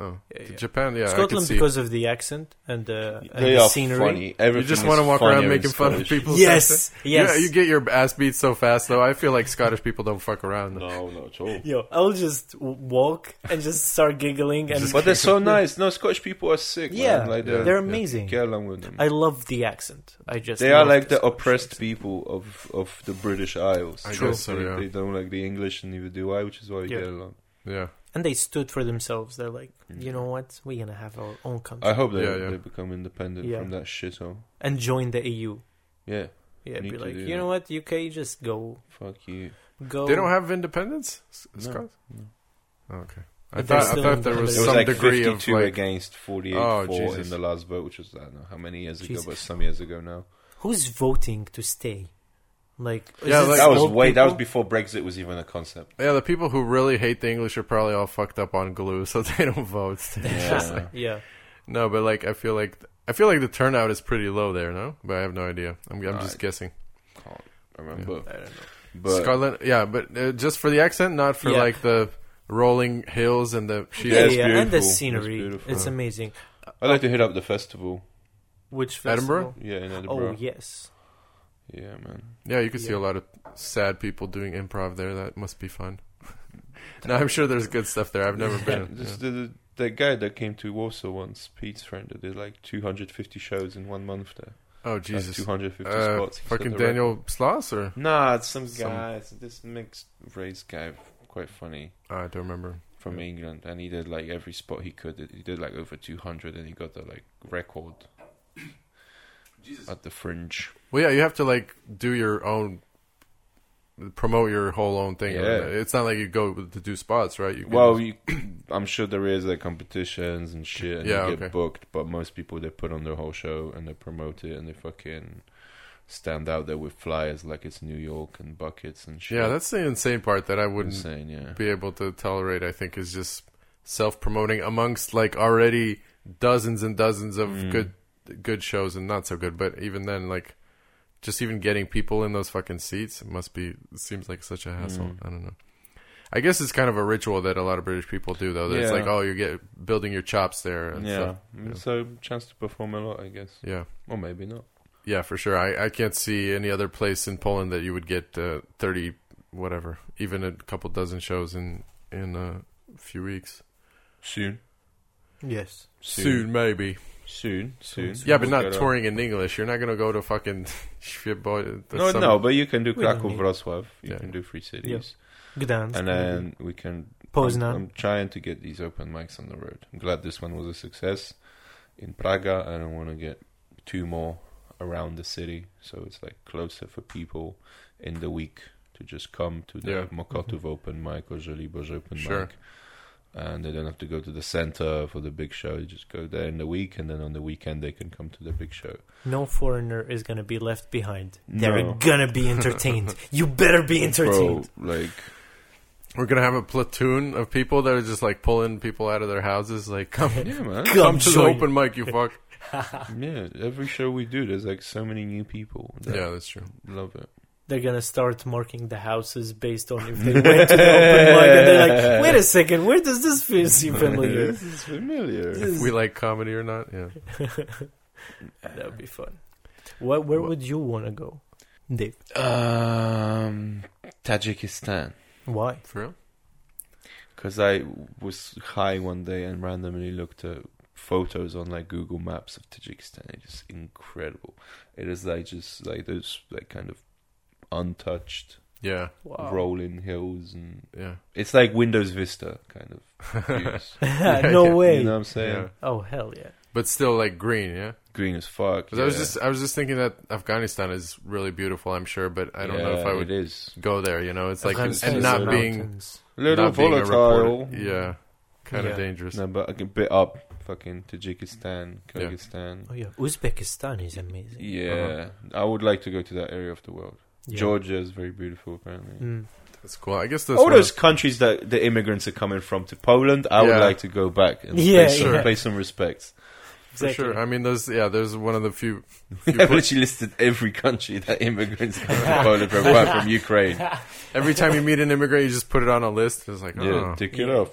Oh,
Yeah, yeah.
Japan. Yeah, I could
Scotland
see.
because of the accent and, uh, and
they
the
are
scenery.
funny.
you
Everything
just
want to
walk around making fun of people.
Yes, yes.
Yeah, you get your ass beat so fast though. I feel like Scottish people don't fuck around.
No, not at all.
Yo, I'll just w- walk and just start giggling and
But they're so nice. No, Scottish people are sick.
Yeah,
man. like they're,
they're amazing.
Get along with them.
I love the accent. I just
they are
love
like the
Scottish
oppressed
accent.
people of of the British Isles.
I
True.
guess so,
They-
yeah.
They don't like the English, and neither do I, which is why we
Yeah.
get along.
Yeah.
and they stood for themselves. They're like, you know what? We're gonna have our own country
Mm. I hope they
Yeah, yeah.
they become independent
Yeah.
from that shithole.
and join the EU.
Yeah,
Yeah,
Need
be
to
like,
do
you
that.
know what? UK, just go,
fuck you.
go.
They don't have independence, S-
No,
Scots. Oh, okay. I
But they're
thought, I
still
thought there
It
was
was
independent.
some
like
degree of
52
like,
against 48
Oh,
for in
Jesus.
the last vote, which was I don't know how many years ago,
Jesus.
but some years ago now.
Who's voting to stay? Like, is
Yeah,
it
like-
that was
old
way. That was
people?
before Brexit was even a concept.
yeah, the people who really hate the English are probably all fucked up on glue, (laughs) so they don't vote. (laughs) It's just
(laughs)
like-
yeah.
no, but like I feel like I feel like the turnout is pretty low there. No, but I have no idea. I'm, I'm
Uh,
just guessing.
can't remember.
I don't know.
But
Scarlet, yeah, but uh, just for the accent, not for
Yeah.
like the rolling hills and the
(laughs)
she
Yeah,
Yeah,
it's
yeah, and
beautiful.
the
It's
scenery. It's,
beautiful.
amazing.
I'd like to hit up the festival.
Which
Edinburgh?
festival?
Yeah, in
Oh
Edinburgh.
yes.
yeah. man.
Yeah, you could see
Yeah.
a lot of sad people doing improv there. That must be fun. (laughs) no, I'm sure there's good stuff there. I've never been.
This,
Yeah.
the, the, the guy that came to Warsaw once, Pete's friend, that did like 250 shows in one month there.
Oh
That's
Jesus!
250
Uh,
spots. He set
fucking
the record.
Daniel Sloss or
Nah, it's some
Some-
guy. It's this mixed race guy, quite funny
Ah, I don't remember.
from England, and he did like every spot he could. He did like over two hundred, and he got the like
(coughs)
record at the Fringe.
Well, yeah, you have to like do your own, promote your whole own thing.
Yeah.
It's not like you go to do spots, right? You can
Well,
just-
you, (clears throat) I'm sure there is like competitions and shit, and
Yeah,
you get
okay.
booked. But most people they put on their whole show and they promote it and they fucking stand out there with flyers like it's New York and buckets and shit.
yeah, that's the insane part that I wouldn't
insane. Yeah,
be able to tolerate. I think is just self promoting amongst like already dozens and dozens of
Mm.
good good shows and not so good. But even then, like just even getting people in those fucking seats must be seems like such a hassle.
Mm.
I don't know. I guess it's kind of a ritual that a lot of British people do, though. That It's
Yeah.
like, oh, you get building your chops there. And
yeah.
Stuff.
Mm, So chance to perform a lot, I guess,
Yeah.
or maybe not.
Yeah, for sure. I, I can't see any other place in Poland that you would get uh, 30, whatever, even a couple dozen shows in in a few weeks.
Soon,
Yes.
Soon.
Soon, maybe.
soon, soon.
Yeah, but
We'll
not
get on.
touring in English. You're not going to go to fucking (laughs) Świeboy.
No, no, but you can do
We don't
Krakow,
need-
Wrocław. You
Yeah.
can do three cities,
Gdansk.
and then we can I'm,
Poznan.
I'm trying to get these open mics on the road. I'm glad this one was a success in Praga, and I want to get two more around the city, so it's like closer for people in the week to just come to the
Yeah.
Mokotów
Mm-hmm.
open mic or Żoliborz open
Sure.
mic, and they don't have to go to the center for the big show. They just go there in the week, and then on the weekend they can come to the big show.
No foreigner is gonna be left behind.
No.
They're gonna be entertained. you better be
Bro,
entertained.
like
(laughs)
We're going to have a platoon of people that are just like pulling people out of their houses. Like,
(laughs)
come,
yeah, man.
Come
come to the
join.
open mic, you
(laughs)
fuck.
Yeah, every show we do, there's like so many new people. That
yeah, that's true.
love it.
They're gonna start marking the houses based on if they went to the open mic. And they're like, wait a second, where does this feel seem familiar?
this is familiar.
This is-
We like comedy or not? Yeah.
that would be fun. What, where
Wha-
would you wanna go, Dave?
Um, Tajikistan.
Why?
For real?
Because I was high one day and randomly looked at photos on like Google Maps of Tajikistan. It is incredible. It is like just like those like kind of untouched
Yeah.
Wow.
(laughs) rolling hills and
Yeah.
it's like Windows Vista
(laughs)
kind of. views.
(laughs) no
yeah.
way.
You know what I'm saying?
Yeah.
Oh hell yeah.
But still, like, green, yeah?
Green as fuck.
'Cause I was
yeah.
just I was just thinking that Afghanistan is really beautiful, I'm sure, but I don't know if
Yeah,
I would
It is
go there. You know, it's like
Afghanistan
and
is
not
the
being
mountains.
little
not being a
volatile.
reporter. yeah, kind
Yeah.
of dangerous.
No, but I can bit up fucking Tajikistan,
Yeah.
Kyrgyzstan.
Oh yeah, Uzbekistan is
Uh-huh.
amazing. Uh-huh.
Yeah, I would like to go to that area of the world.
Yeah.
Georgia is very beautiful, apparently.
Mm.
That's cool. I guess that's
All
one of-
those countries that the immigrants are coming from to Poland, I would
Yeah.
like to go back and
Yeah,
pay, some,
yeah.
pay some (laughs) respect.
for
Exactly.
sure. I mean, those yeah, there's one of the
(laughs)
few.
We
few
have
pla-
literally listed every country that immigrants come
(laughs)
from Poland from, well, from Ukraine.
every time you meet an immigrant, you just put it on a list. It's like
Yeah,
oh.
tick it
Yeah.
off.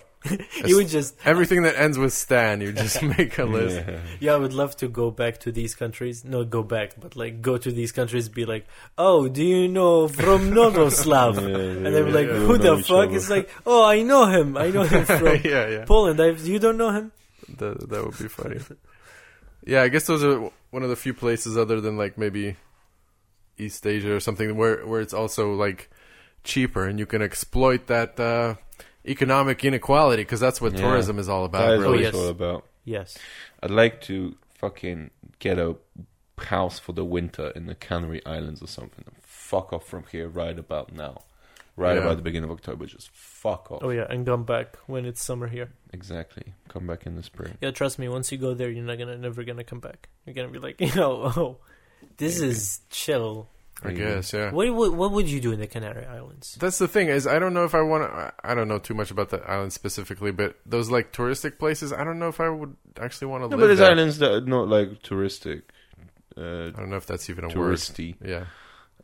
You would just
everything that ends with Stan, you
(laughs)
just make a list.
Yeah.
Yeah, I would love to go back to these countries. Not go back, but like go to these countries. Be like, oh, do you know from Novoslav?
(laughs) Yeah,
and they're like,
yeah,
who
we know
the
each
fuck?
other.
It's like, oh, I know him. I know him from
(laughs) yeah, yeah.
Poland. I, you don't know him?
That that would be funny. yeah, I guess those are one of the few places other than like maybe East Asia or something where where it's also like cheaper and you can exploit that uh, economic inequality because that's what
Yeah.
tourism is all about.
That is what
really.
Oh,
it's
yes.
all about.
Yes.
I'd like to fucking get a house for the winter in the Canary Islands or something. And fuck off from here right about now. Right
Yeah.
about the beginning of October. Just fuck off.
Oh yeah, and come back when it's summer here.
Exactly. Come back in the spring.
Yeah, trust me. Once you go there, you're not gonna never gonna come back. You're gonna be like, (laughs) you know, oh, this is chill.
I guess yeah.
What, what what would you do in the Canary Islands?
That's the thing is I don't know if I want to. I don't know too much about the island specifically, but those like touristic places, I don't know if I would actually want to
No, but
live
there's
there.
islands that are not like touristic, uh,
I don't know if that's even a
touristy. (laughs)
word.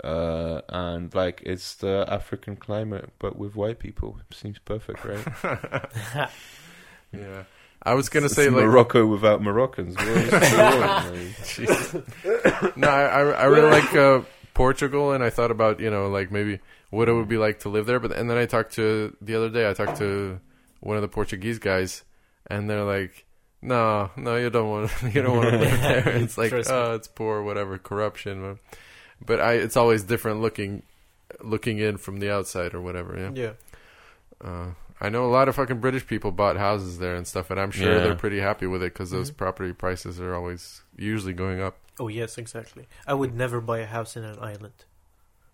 Yeah, (laughs)
uh, and like it's the African climate, but with white people. Seems perfect, right?
yeah. I was (laughs) gonna
It's
say like
Morocco without Moroccans. What
(laughs)
is the word, like?
no, I, I I really like uh, Portugal, and I thought about you know like maybe what it would be like to live there. But and then I talked to the other day, I talked to one of the Portuguese guys, and they're like, "No, no, you don't want (laughs) you don't want to
(laughs)
live there." It's like,
Trust me.
oh, it's poor, whatever, corruption. But I, it's always different looking looking in from the outside or whatever. Yeah.
Yeah.
Uh, I know a lot of fucking British people bought houses there and stuff, and I'm sure
Yeah.
they're pretty happy with it because those
Mm-hmm.
property prices are always usually going up.
Oh yes, exactly. I would never buy a house in an island.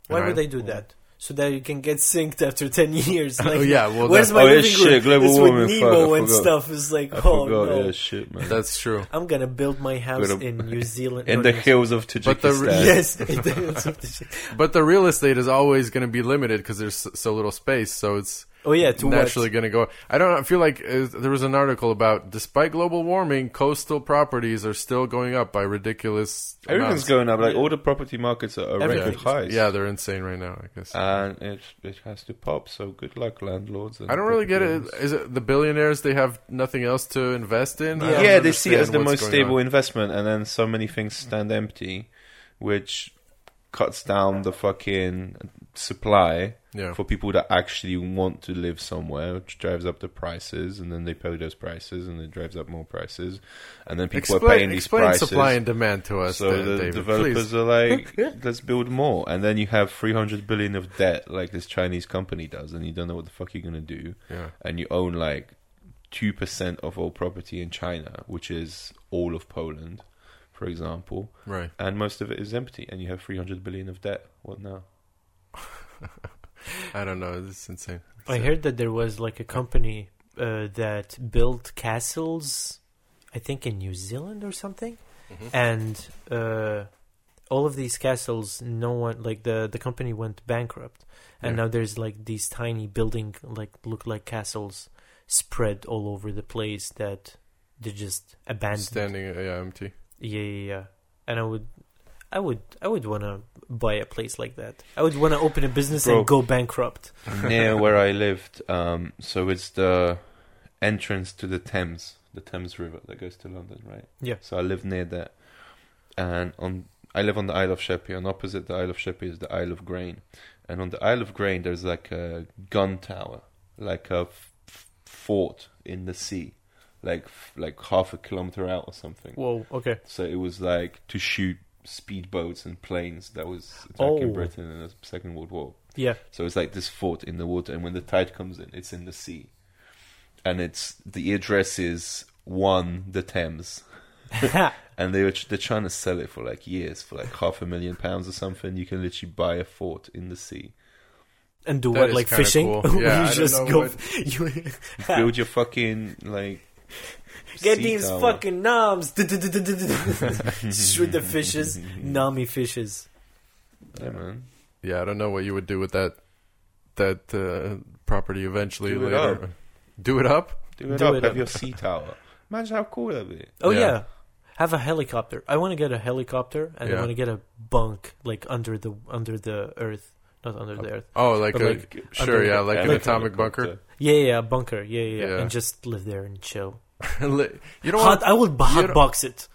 Why
An
would I
island?
Oh.
do that? So that you can get synked after (laughs) ten years. Like,
oh (laughs) yeah, well,
where's
that's,
my
oh, yeah,
living room?
shit, global
it's
warming,
with
fuck,
Nemo
I
and
forgot.
stuff. It's like,
I
oh
forgot.
no,
Yeah, shit, man.
that's true.
I'm gonna build
(laughs)
my house
Gonna-
in New Zealand.
in
No,
the (laughs)
no,
hills of
But the-
Tajikistan.
Yes, (laughs) in the hills of the-
(laughs) But the real estate is always going to be limited because there's s- so little space. So it's
Oh yeah, to
naturally
naturally.
going to go. I don't know, I feel like uh, there was an article about despite global warming, coastal properties are still going up by ridiculous.
Everything's
amounts.
going up. Like all the property markets are at record
Everything's-
highs. Uh,
Yeah, they're insane right now. I guess.
and it it has to pop. So good luck, landlords. And
I don't really get
property
it.
owners.
Is it the billionaires? They have nothing else to invest in. I
Yeah,
don't
they see it as the
understand
most
what's going
stable
on.
investment, and then so many things stand empty, which cuts down the fucking supply
Yeah,
for people that actually want to live somewhere, which drives up the prices, and then they pay those prices, and it drives up more prices, and then people are paying
explain,
these
explain
prices.
supply and demand to us.
so
then,
the
David,
developers
please.
are
(laughs)
like, let's build more, and then you have 300 billion of debt, like this Chinese company does, and you don't know what the fuck you're gonna do
Yeah.
and you own like 2% of all property in China, which is all of Poland, for example,
Right.
and most of it is empty, and you have 300 billion of debt. What
(laughs)
now?
I don't know. This is insane.
I heard that there was like a company uh, that built castles, I think in New Zealand or something, Mm-hmm. and uh, all of these castles, no one like the the company went bankrupt, and
Yeah.
now there's like these tiny building like look like castles spread all over the place that they just abandoned.
standing. uh, Yeah, empty.
Yeah, yeah, yeah. And I would, I would, I would want to buy a place like that. I would want to open a business
Bro.
and go bankrupt.
Near where I lived, um, so it's the entrance to the Thames, the Thames River that goes to London, right?
Yeah.
So I live near that, and on I live on the Isle of Sheppey, and opposite the Isle of Sheppey is the Isle of Grain, and on the Isle of Grain there's like a gun tower, like a f- f- fort in the sea, like f- like half a kilometer out or something.
Whoa. Okay.
So it was like to shoot speedboats and planes that was attacking
Oh.
Britain in the Second World War.
Yeah. (laughs)
So it's like this fort in the water, and when the tide comes in, it's in the sea, and it's the address is one the Thames, and they were tr- they're trying to sell it for like years for like half a million pounds or something. You can literally buy a fort in the sea,
and do
That
what
is
like
kinda
fishing (laughs)
cool. Yeah, I
you
don't
just
know
go (laughs) you
(laughs)
build your fucking like
get
sea
these
tower.
fucking noms (laughs) shoot the
(laughs)
fishes nami fishes
yeah man.
Yeah, I don't know what you would do with that that uh, property eventually
Do it
later.
up.
Do it up?
Do it
Do
up,
it
have
up.
your sea tower. Imagine how cool that'd be.
oh yeah.
Yeah.
have a helicopter i want to get a helicopter and
Yeah.
i want to get a bunk like under the under the earth not under the earth
Oh, like
But
a
like-
sure,
under-
yeah, like, an
like-
atomic bunker.
yeah yeah a bunker yeah yeah, yeah.
Yeah.
and just live there and chill
(laughs) Li- you don't
hot
want.
i would hot
don't- (laughs)
box it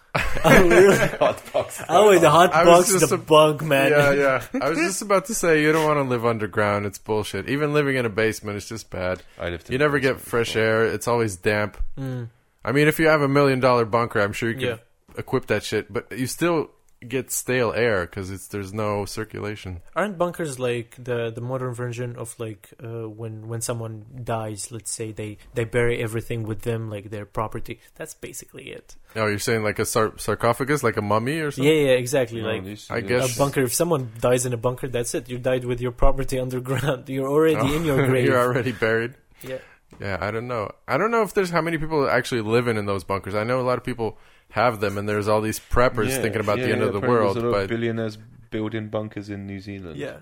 I would, really,
(laughs) Hot box.
I would hot
I
box
was
the
just a-
bunk man
Yeah,
(laughs)
yeah. I was just about to say you don't want to live underground. It's bullshit. Even living in a basement is just bad.
I lived in
You
a
never get
basement
fresh
before.
air. It's always damp.
Mm.
I mean, if you have a million dollar bunker, I'm sure you can
Yeah.
equip that shit. But you still get stale air because it's there's no circulation.
aren't bunkers like the the modern version of like uh, when when someone dies let's say they they bury everything with them like their property that's basically it
Oh, you're saying like a sar- sarcophagus, like a mummy or
yeah
something?
yeah exactly
No,
like
these-
I
these-
a
guess-
bunker if someone dies in a bunker that's it you died with your property (laughs) underground you're already in your
(laughs)
grave
you're already buried.
yeah
Yeah, I don't know. I don't know if there's how many people actually living in those bunkers. I know a lot of people have them, and there's all these preppers
Yeah,
thinking about
yeah,
the end
yeah,
of the
apparently
world.
there's a lot of (laughs)
But
billionaires building bunkers in New Zealand.
yeah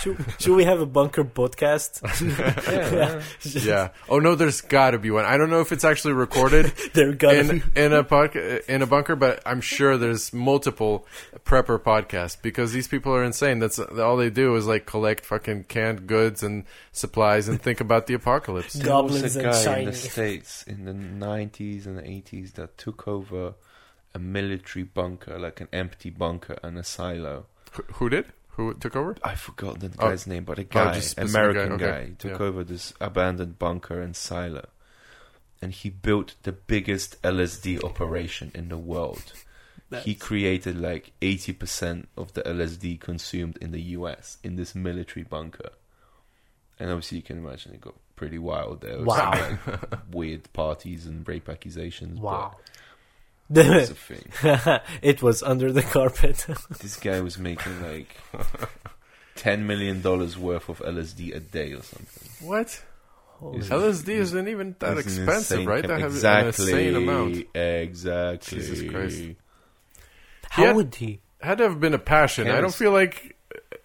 Should, should we have a bunker podcast? yeah.
(laughs) yeah. Oh no, there's got to be one. I don't know if it's actually
(laughs)
recorded
(laughs) They're (laughs) gonna.
in in a podca- in a bunker, but I'm sure there's multiple prepper podcasts because these people are insane. That's all they do is like collect fucking canned goods and supplies and think about
(laughs)
the apocalypse.
There was
Goblins
a
and
guy in
shiny.
the states in the 90s and the 80s that took over a military bunker, like an empty bunker and a silo.
Who- Who did? Who took over?
I forgot the
Oh.
guy's name, but a guy,
just specific
American
guy,
guy,
okay,
took
yeah.
over this abandoned bunker and silo, and he built the biggest LSD operation in the world. He created like eighty percent of the LSD consumed in the U.S. in this military bunker, and obviously you can imagine it got pretty wild there. It was
Wow.
some, like, (laughs) weird parties and rape accusations. but
Wow.
(laughs)
(laughs)
that's a thing.
it was under the carpet. (laughs)
This guy was making like ten million dollars worth of LSD a day or something.
What?
Holy
Is it-
LSD isn't even
That's
that
an
expensive,
insane
right?
cap-
That has an
exactly,
insane amount.
Exactly.
Jesus Christ.
How
Yeah.
would he?
Had to have been a passion. I don't
Yes.
feel like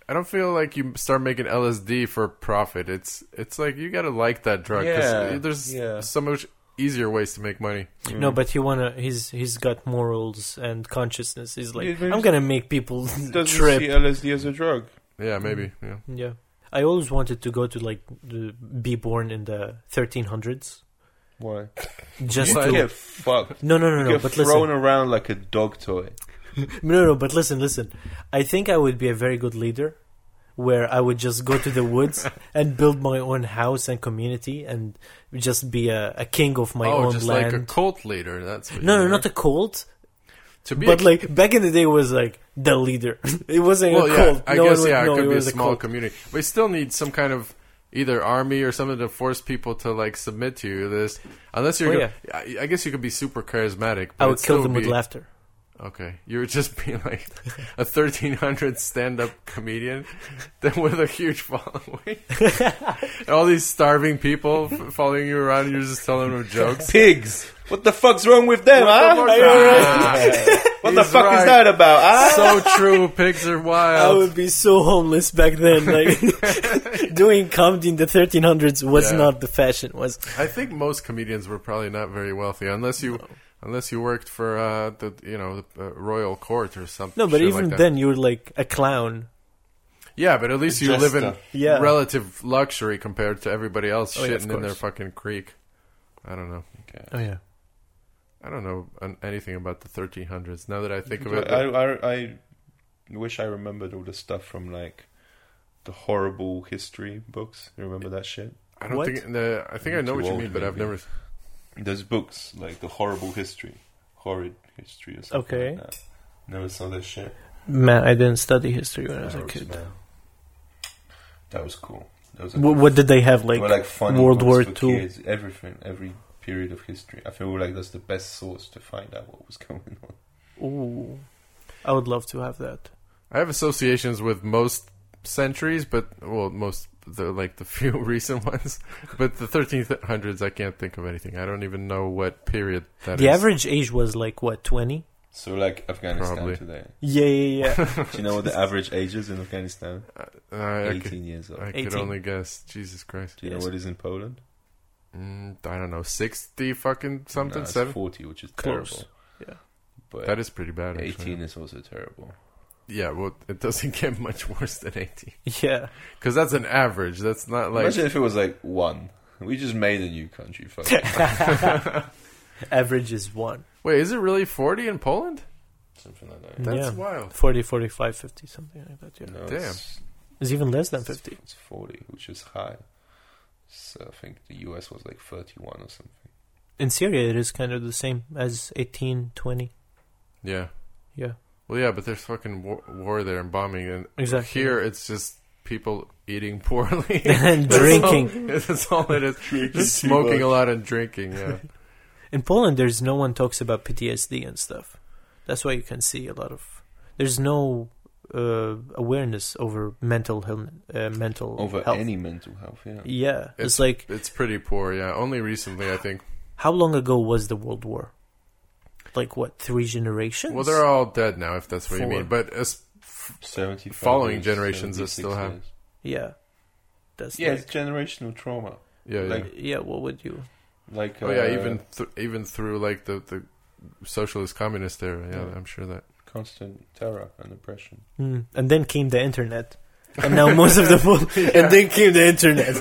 I don't feel like you start making LSD for profit. It's it's like you got to like that drug. 'cause
Yeah,
there's
yeah. Mm.
so much easier ways to make money.
No, but he wanna. He's he's got morals and consciousness. He's like,
Yeah, but
I'm gonna
(laughs)
make people
doesn't
trip.
see LSD as a drug.
Yeah,
Mm.
maybe. Yeah.
Yeah. I always wanted to go to like the, be born in the 1300s.
Why?
Just
You
to,
get (laughs) fucked.
no, no, no,
You
no.
get
But
thrown
listen,
around like a dog toy.
no, no. But listen, listen. I think I would be a very good leader, where I would just go to the
(laughs)
woods and build my own house and community, and just be a, a king of my
oh,
own
just
land.
like a cult leader. That's what
no,
you
no,
are.
not a cult.
to be.
But
a,
like back in the day, it was like the leader. (laughs) it wasn't
well,
a
yeah,
cult.
I
no
guess
one would
yeah,
know
it could be a
was
small
cult.
community. We still need some kind of either army or something to force people to like submit to you. This unless you're,
Oh,
gonna, I, I guess you could be super charismatic. But
I
it
would
still
kill them
be,
with laughter.
Okay, you would just be like a 1300 stand-up comedian, (laughs) then with a huge
(laughs)
following, and all these starving people f- following you around. and You're just telling them
(laughs)
jokes.
Pigs. What the Ah. fuck's wrong with them, huh?
fuck's
Are you
wrong?
alright? (laughs) what the
He's
fuck
right.
is that about, huh?
So true. Pigs are
I
wild.
would be so homeless back
(laughs)
then. Like (laughs) doing comedy in the 1300s was
Yeah.
not the fashion. Was
I think most comedians were probably not very wealthy, unless you unless you worked for uh, the you know the uh, royal court or something.
no, but
shit
even
like that.
then you were like a clown.
yeah. But at least you
Just
live in
stuff.
Yeah.
relative luxury compared to everybody else
Oh, yeah, of
shitting in their
course.
fucking creek. I don't know.
Oh yeah,
I don't know an- anything about the 1300s. Now that I think of
I,
it,
I, I wish I remembered all the stuff from like the horrible history books. You remember that shit?
I don't
what?
think the, I think I
You're
know
too
what you
old,
mean, but I've
maybe.
never.
There's books like the horrible history, horrid history, or something.
Okay.
Like that. Never saw that shit.
man, I didn't study history when I was a
Arabs,
kid.
man. uh, That was cool. That was a
What, what did they have? Like,
They were, like funny
World
books
War
for
Two.
kids, everything, every period of history. I feel like that's the best source to find out what was (laughs) going on.
ooh, I would love to have that.
I have associations with most centuries, but well, most the like the (laughs) few recent ones. But the 1300s, I can't think of anything. I don't even know what period that is.
the average age was like what 20.
So, like Afghanistan
Probably.
today.
Yeah, yeah,
(laughs)
yeah.
Do you know what the average age is in Afghanistan?
Uh, I, could,
18 years old.
I could
18.
only guess. Jesus Christ.
Do you know
Yes.
what is in Poland?
Mm, I don't know, 60 fucking something,
No, it's
seven.
40, which is
Close.
terrible.
Yeah.
But
That is pretty bad. Actually.
18 is also terrible.
Yeah, well, it doesn't (laughs) get much worse than 18
yeah.
because that's an average. That's not like
Imagine if it was like one. We just made a new country.
(laughs)
Fuck. it.
Average is one.
wait, is it really 40 in Poland?
Something like that.
That's
yeah.
wild.
40, 45, 50, something like that. Yeah,
No,
Damn.
It's,
it's even less than 50.
It's 40, which is high. So I think the US was like 31 or something.
In Syria, it is kind of the same as 18, 20.
Yeah.
Yeah,
Well, yeah, but there's fucking war, war there and bombing, and
Exactly.
here it's just people eating (laughs) poorly
(laughs) And
That's
drinking.
All, that's all it is.
Drinking
Just
too
smoking
much.
a lot and drinking. Yeah,
In Poland, there's no one talks about PTSD and stuff. That's why you can see a lot of. There's no uh, awareness over mental health. Uh, mental
Over
health.
any mental health, E- yeah.
Yeah, (laughs) it's, like
it's pretty poor. Yeah, only recently I think.
how long ago was the World War? Like what? Three generations.
Well, they're all dead now, if that's what you
Four.
mean. But as,
75
Following
years,
generations that
76
still have-
years.
Yeah, that's
Yeah,
yeah.
it's generational trauma.
Yeah, yeah.
Like-
yeah, what would you?
Like,
oh yeah,
uh,
even th- even through like the the socialist communist era. Yeah,
Yeah.
I'm sure that.
constant terror and oppression.
Hmm. And then came the internet, and now most of the food. And then came the internet.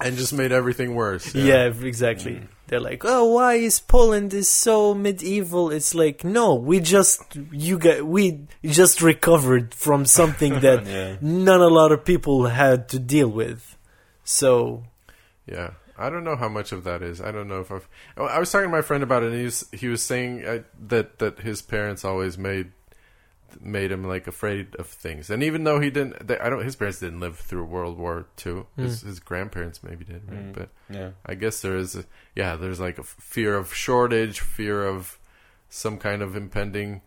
And just made everything worse.
Yeah, exactly. They're like, oh, why is Poland is so medieval? It's like, no, we just you got we just recovered from something that
Yeah.
not a lot of people had to deal with. So (laughs)
Yeah. I don't know how much of that is. I don't know if I've. I- I was talking to my friend about it, and he was he was saying uh, that that his parents always made made him like afraid of things, and even though he didn't, they, I don't. His parents didn't live through World War Two. His, his grandparents maybe did, right?
Mm.
But
Yeah.
I guess there is, a, yeah, there's like a f- fear of shortage, fear of some kind of impending.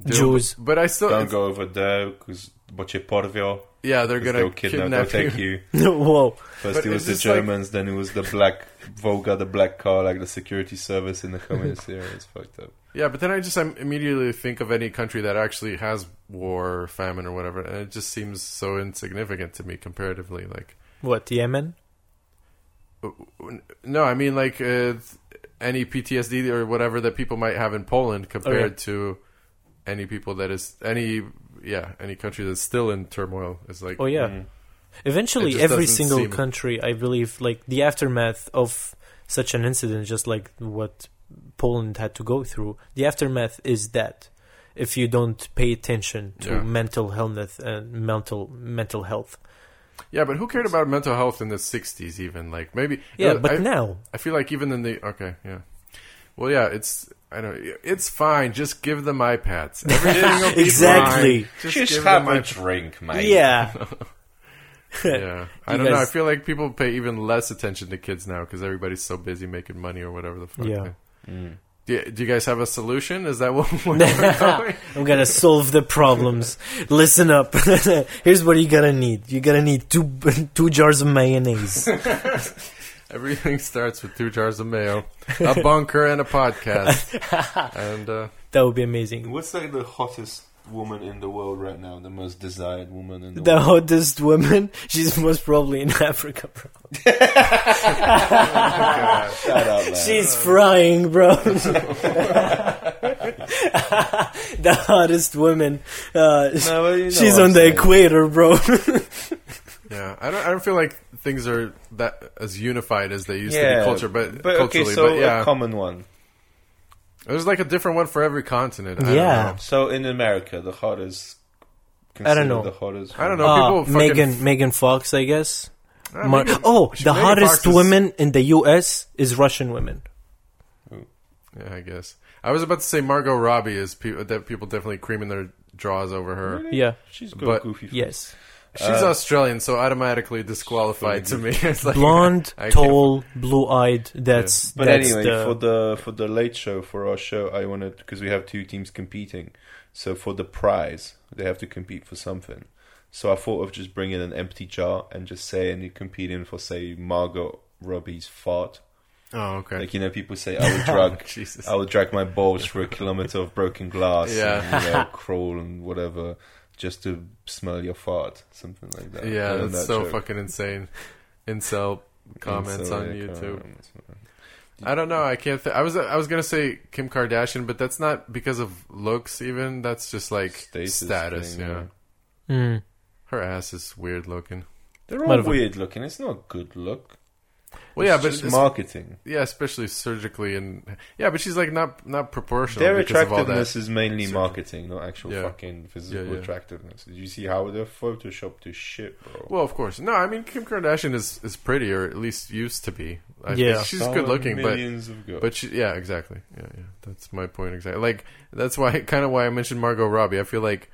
doom.
Jews.
but I still,
Don't
it's-
go over there because what you porvio.
yeah, they're
They'll
gonna
kidnap.
kidnap
they'll
you.
take (laughs) you.
whoa,
First
But
it was
it's
the
just like-
Germans, then it was the black Volga, the black car, like the security service in the (laughs) communist era. It's fucked up.
Yeah, but then I just um, immediately think of any country that actually has war, or famine, or whatever, and it just seems so insignificant to me comparatively. Like,
what Yemen?
no, I mean like uh, th- any PTSD or whatever that people might have in Poland compared
Okay.
to any people that is any yeah any country that's still in turmoil is like
Oh yeah.
Mm.
It
Eventually,
just
every
doesn't
single
seem-
country, I believe, like the aftermath of such an incident, just like what Poland had to go through, the aftermath is that if you don't pay attention to
Yeah.
mental health and mental mental health.
yeah, but who cared about mental health in the '60s even? Like maybe
Yeah,
No,
but
I-
now
I feel like even in the okay, yeah. Well, yeah, it's I don't. It's fine. Just give them
(laughs)
iPads. Everything will be
Exactly.
fine.
Just,
Just, give
have
them
(laughs) a
iP-
drink, mate.
Yeah.
Yeah, I
You
don't know. I
guys-
feel like people pay even less attention to kids now because everybody's so busy making money or whatever the fuck.
Yeah.
Mm.
Do you, do you guys have a solution? Is that what
(laughs)
we're going?
I'm gonna solve the problems. Listen up. (laughs) Here's what you gonna need. You gonna need two (laughs) two jars of mayonnaise.
(laughs) Everything starts with two jars of mayo, a
(laughs)
bunker, and a podcast. and uh,
That would be amazing.
What's like the hottest woman in the world right now? The most desired woman in the,
The
world?
hottest woman, (laughs) she's most probably in Africa, (laughs) bro.
Shout out, man.
She's frying, bro. (laughs) the hottest woman. Uh, sh-
No, well, you know
she's
what
on
I'm
the
saying.
equator, bro.
yeah, I don't. I don't feel like things are that as unified as they used to be. Culture, but, culturally,
okay, so
but yeah,
a common one.
There's like a different one for every continent. I
Yeah.
Don't know.
So in America, the hottest.
I don't
considered
know.
The hottest.
I don't
woman.
know. people
Uh,
fucking-
Megan, Megan Fox, I guess.
Ah,
I
Mar-
mean,
oh,
she-
the
Megan
hottest
Fox is-
women in the U.S. is Russian women.
Yeah, I guess. I was about to say Margot Robbie is pe- that people definitely creaming their draws over her.
Yeah.
She's got
But-
goofy. (laughs)
Yes.
She's
Uh,
Australian, so automatically disqualified to me. (laughs) It's like,
Blonde,
I can't-
tall, blue-eyed. That's
But
that's
anyway,
the-
for the for the late show for our show, I wanted because we have two teams competing. So for the prize, they have to compete for something. So I thought of just bringing an empty jar and just saying you competing for say Margot Robbie's fart.
Oh, okay. Oh,
Like you know, people say "Oh,
(laughs)
I will drag
Jesus.
(laughs) I will drag my balls for a kilometer of broken glass,
Yeah.
and,
(laughs)
you know, crawl and whatever, just to smell your fart, something like that. I
yeah,
love
that's
that
so
joke.
fucking insane. Incel comments
So,
on
yeah,
YouTube.
comments.
I don't know. I can't. Th- I was. I was gonna say Kim Kardashian, but that's not because of looks. Even that's just like
Status
status.
thing,
yeah.
yeah.
Mm.
her ass is weird looking.
They're all
Might have-
weird looking. It's not good look.
Well,
It's
yeah, but
just
it's-
marketing.
Yeah, especially surgically and yeah, but she's like not not proportional.
Their
because of all
attractiveness is mainly
Surgery.
marketing, not actual
Yeah.
fucking physical
Yeah, yeah.
attractiveness. Did you see how they're photoshopped to shit, bro?
Well, of course. No, I mean Kim Kardashian is is pretty, or at least used to be. I
Yeah.
think she's
Some
good looking, but
millions of girls.
but she, yeah, exactly. Yeah, yeah. That's my point exactly. Like that's why (laughs) kind of why I mentioned Margot Robbie. I feel like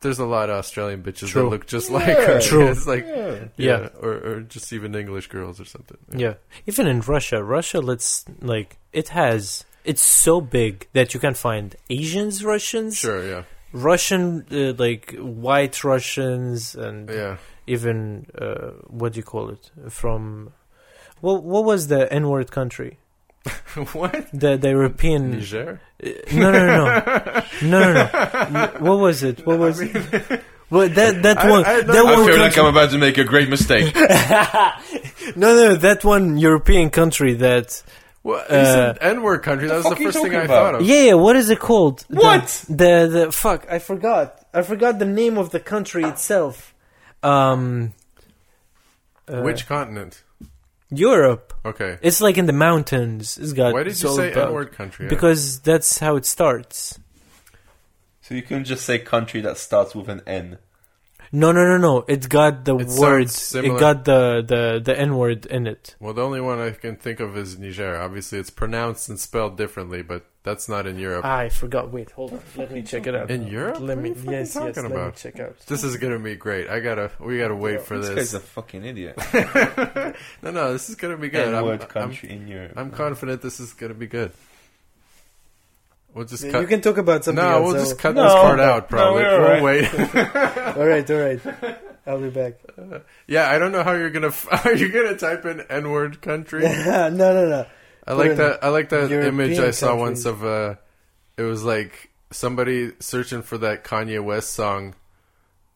there's a lot of Australian bitches that
True.
look just
Yeah.
like her.
True.
(laughs) It's like yeah,
yeah.
Yeah.
or or just even English girls or something.
Yeah. Even in Russia, Russia, let's like it has. It's so big that you can find Asians, Russians,
Sure. Yeah.
Russian, uh, like white Russians, and
Yeah. (laughs)
even uh, what do you call it from? What what was the N-word country?
what?
The the European? Uh,
Niger?
no no no no no no. no. What was it? What was it? Well, that that
I-
one,
I don't-
that
I
I feel
one
like
country-
I'm about to make a great mistake.
(laughs) no, no, that one European country that.
Well,
Uh,
you said N-word country. That was the
fuck are you
first thing
talking
I
about?
thought of.
Yeah, yeah, what is it called? The-
What?
The, the fuck? I forgot. I forgot the name of the country itself. Um, uh,
Which continent?
Europe?
Okay.
It's like in the mountains. It's got.
Why did
it's
you
all
say
about-
N-word country?
Because that's how it starts.
So you couldn't just say country that starts with an N.
No, no, no, no. It got the
It sounds
words. It
similar.
got the the the N word in it.
Well, the only one I can think of is Niger. Obviously, it's pronounced and spelled differently, but that's not in Europe.
Ah, I forgot. Wait, hold on. Let me check it out.
in Europe?
Let me.
What are you
Yes,
fucking
yes.
talking
Let me
about?
check out.
This is gonna be great. I gotta, we gotta wait for
this
this.
guy's a fucking idiot.
no, no, this is gonna be (laughs) good. I'm-
N-word
I'm-
country in Europe.
I'm confident this is gonna be good. We'll just
You
cut.
can talk about something.
No,
else.
we'll
I
just
will-
cut
No,
this part out.
no,
Probably.
we're
we'll
all
(laughs)
wait.
All right, all right. I'll be back. (laughs)
yeah, I don't know how you're gonna. (laughs) F- are you gonna type in N-word country?
no, no, no.
I
Put
like
in
that. I like that
European
image I saw
countries.
once of uh, it was like somebody searching for that Kanye West song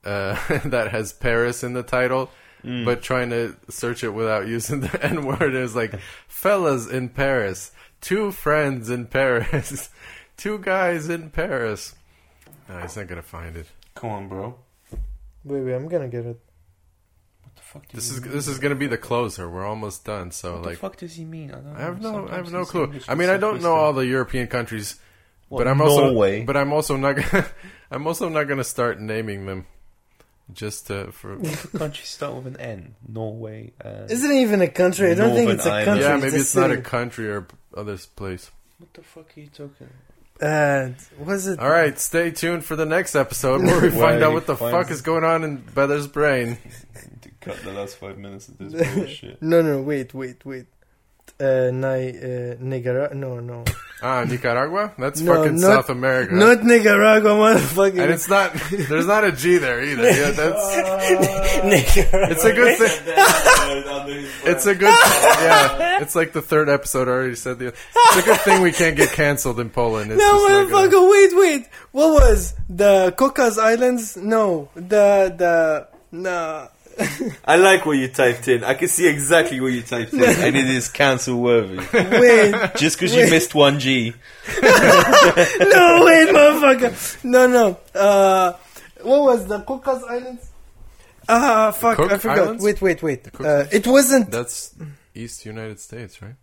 uh, (laughs) that has Paris in the title,
Mm.
but trying to search it without (laughs) using the N word. It was like fellas in Paris, two friends in Paris, (laughs) two guys in Paris. No, he's not gonna find it.
Come on, bro. What
Wait, wait. I'm gonna get it.
the fuck does
This
he
is
mean?
this is gonna be the closer. We're almost done. So
What
like.
the fuck does he mean? I, don't
I have
know.
no, I have
Sometimes
no
he's
clue.
English
I mean, I
with some
don't know all
wisdom.
the European countries,
Well,
but I'm also,
Norway.
but I'm also not, gonna, (laughs) I'm also not going to start naming them, just to,
(laughs)
for.
countries start with an N. Norway. Uh,
Is it even a country? I don't think it's a
Northern
country.
Ireland.
yeah,
a
maybe it's not a
city.
country or other place.
What the fuck are you talking?
Uh, was it?
All right, stay tuned for the next episode where we
Why
find out
he
what the
finds-
fuck is going on in Beather's brain.
To cut the last five minutes (laughs) of this bullshit.
(laughs) No, no. Wait, wait, wait. Uh, Ni- uh, Nicaragua? No, no.
Ah, Nicaragua. That's
No,
fucking
not-
South America.
Not Nicaragua, motherfucker.
and it's not. There's not a G there either.
(laughs)
Yeah,
Oh,
that's.
Nicaragua.
It's a good thing. It's a good, yeah. It's like the third episode. I already said the. It's a good thing we can't get canceled in Poland. It's
(laughs) No,
just not gonna-
motherfucker. Wait, wait. What was the Cocos Islands? No, the the no.
I like what you typed in. I can see exactly what you typed
(laughs)
in, and it is cancel worthy.
Wait,
Just because you missed one G.
no, wait, motherfucker. No, no. Uh, what was the Cocos Islands? Ah, fuck.
Cook
I forgot.
Islands?
Wait, wait, wait.
Cook
Uh, it wasn't.
That's East United States, right?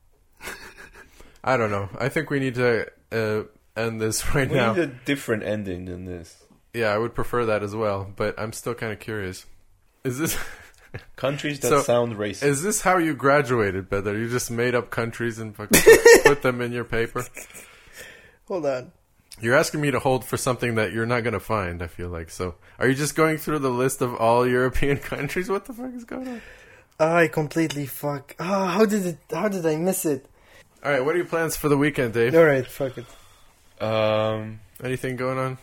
I don't know. I think we need to uh, end this (laughs) right
We
now.
need a different ending than this.
Yeah, I would prefer that as well, but I'm still kind of curious. Is this (laughs)
Countries that
So,
sound racist.
is this how you graduated, Better? You just made up countries and
(laughs)
fucking put them in your paper.
Hold on.
You're asking me to hold for something that you're not going to find, I feel like. So, are you just going through the list of all European (laughs) countries? What the fuck is going on?
I completely fuck. Ah, how did it? How did I miss it?
All right, what are your plans for the weekend, Dave?
All right, fuck it.
Um,
Anything going on?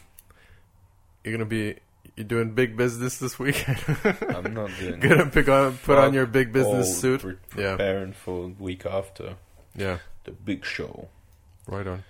You're going to be you're doing big business this (laughs) weekend.
I'm
(laughs)
not doing.
going to pick on put on
Fuck
your big business
all
suit.
pre-
Yeah.
Preparing for the week after
oh. Yeah,
the big show.
right on.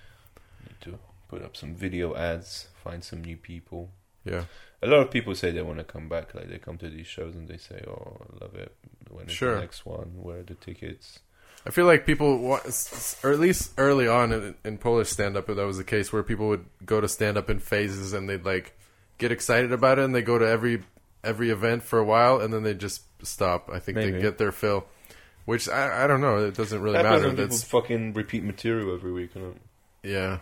Need to put up some video ads, find some new people.
Yeah.
A lot of people say they want to come back. Like they come to these shows and they say, "Oh, I love it." When is
Sure.
the next one? Where are the tickets?
I feel like people, wa- s- s- or at least early on in, in Polish stand up, that was the case where people would go to stand up in phases and they'd like get excited about it and they go to every every event for a while and then they just stop. I think they
Maybe.
get their fill, which I, I don't know. It doesn't really
That
matter.
people
That's
fucking repeat material every week. You know?
yeah,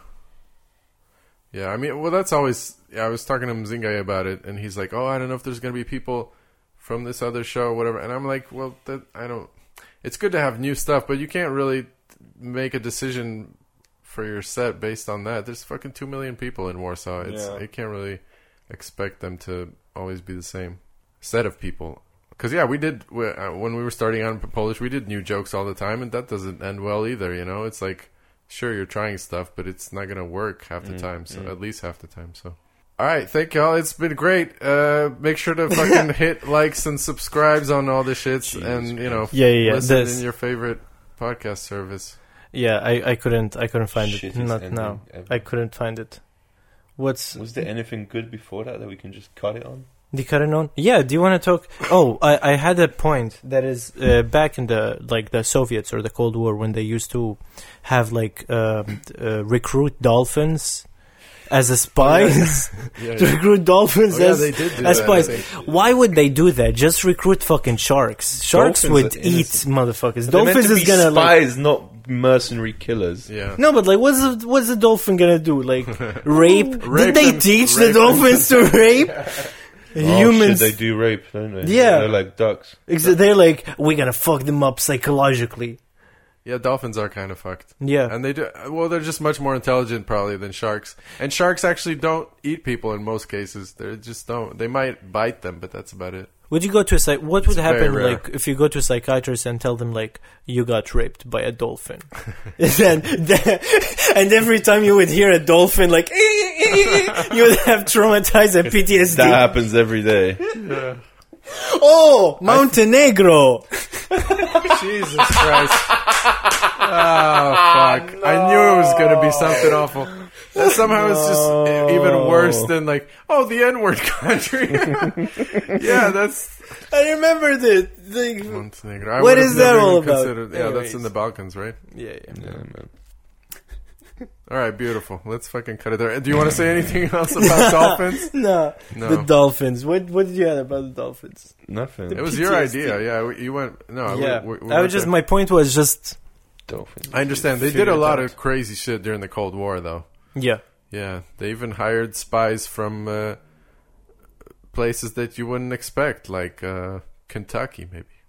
yeah. I mean, well, that's always. Yeah, I was talking to Mzingai about it and he's like, "Oh, I don't know if there's gonna be people from this other show, or whatever." And I'm like, "Well, that I don't." it's good to have new stuff, but you can't really make a decision for your set based on that. There's fucking two million people in Warsaw. It's
Yeah.
you can't really expect them to always be the same set of people. Because yeah, we did we- uh, when we were starting out in Polish, we did new jokes all the time, and that doesn't end well either. You know, it's like sure you're trying stuff, but it's not gonna work half
Mm,
the time. So at least half the time. So. All right, thank y'all. It's been great. Uh, make sure
(laughs)
to fucking hit likes and subscribes on all the shits,
Jesus
and you know,
Yeah, yeah, yeah.
Listen
This-
in your favorite podcast service.
Yeah, I, I couldn't I couldn't find it.
Shittiest
Not
ending
now.
ever.
I couldn't find it. What's
Was there anything good before that that we can just cut it on?
The Karanon? Yeah, do you want to talk? Oh, I, I had a point that is uh, back in the like the Soviets or the Cold War when they used to have like um, uh, recruit dolphins as a (laughs) spies
Yeah,
to recruit dolphins
Oh, yeah,
as
they did do
as
that, I
spies.
think.
Why would they do that? Just recruit fucking sharks. Sharks
Dolphins
would
are
eat
innocent.
motherfuckers.
They're meant
Dolphins
to
is
be
gonna like
spies, not mercenary killers.
yeah.
no, but like, what's the, what's the dolphin gonna
(laughs)
do? Like, rape?
Rape
Did they
them,
teach
rape
the
them.
dolphins to
(laughs)
rape
Oh,
humans?
shit, they do rape, don't they?
Yeah.
they're like ducks.
Exa- They're like, we gotta fuck them up psychologically.
Yeah, dolphins are kind of fucked.
Yeah.
And they do well, they're just much more intelligent probably than sharks. And sharks actually don't eat people in most cases. They just don't. They might bite them, but that's
(laughs)
about it.
Would you go to a psych? What would
It's very
happen
rare.
like if you go to a psychiatrist and tell them like you got raped by a dolphin,
(laughs)
(laughs) and then, and every time you would hear a dolphin like "Eh, you would have traumatized and PTSD.
That happens every day.
Oh, Montenegro!
Jesus Christ. Oh
Ah,
fuck. I knew it was gonna be something awful. That somehow is just e- even worse than like, oh the N word country. (laughs) yeah, that's
I remembered it. The-
Montenegro. I
What
would've
is that
never
all
even
about?
considered- Yeah, that's in
Anyways.
the Balkans, right?
yeah, yeah.
Yeah, man.
Alright, beautiful. Let's fucking cut it there. Do you wanna say anything else about dolphins?
No,
No.
(laughs) the dolphins. What what did you have about the dolphins?
Nothing.
It was your
PTSD.
idea, yeah. we- You went no. Uh, we-
yeah,
we- we
I
went
was just
there.
my point was just
Dolphins.
I understand they did a lot of crazy shit during the Cold War, though.
yeah.
Yeah, they even hired spies from uh, places that you wouldn't expect, like uh, Kentucky, maybe.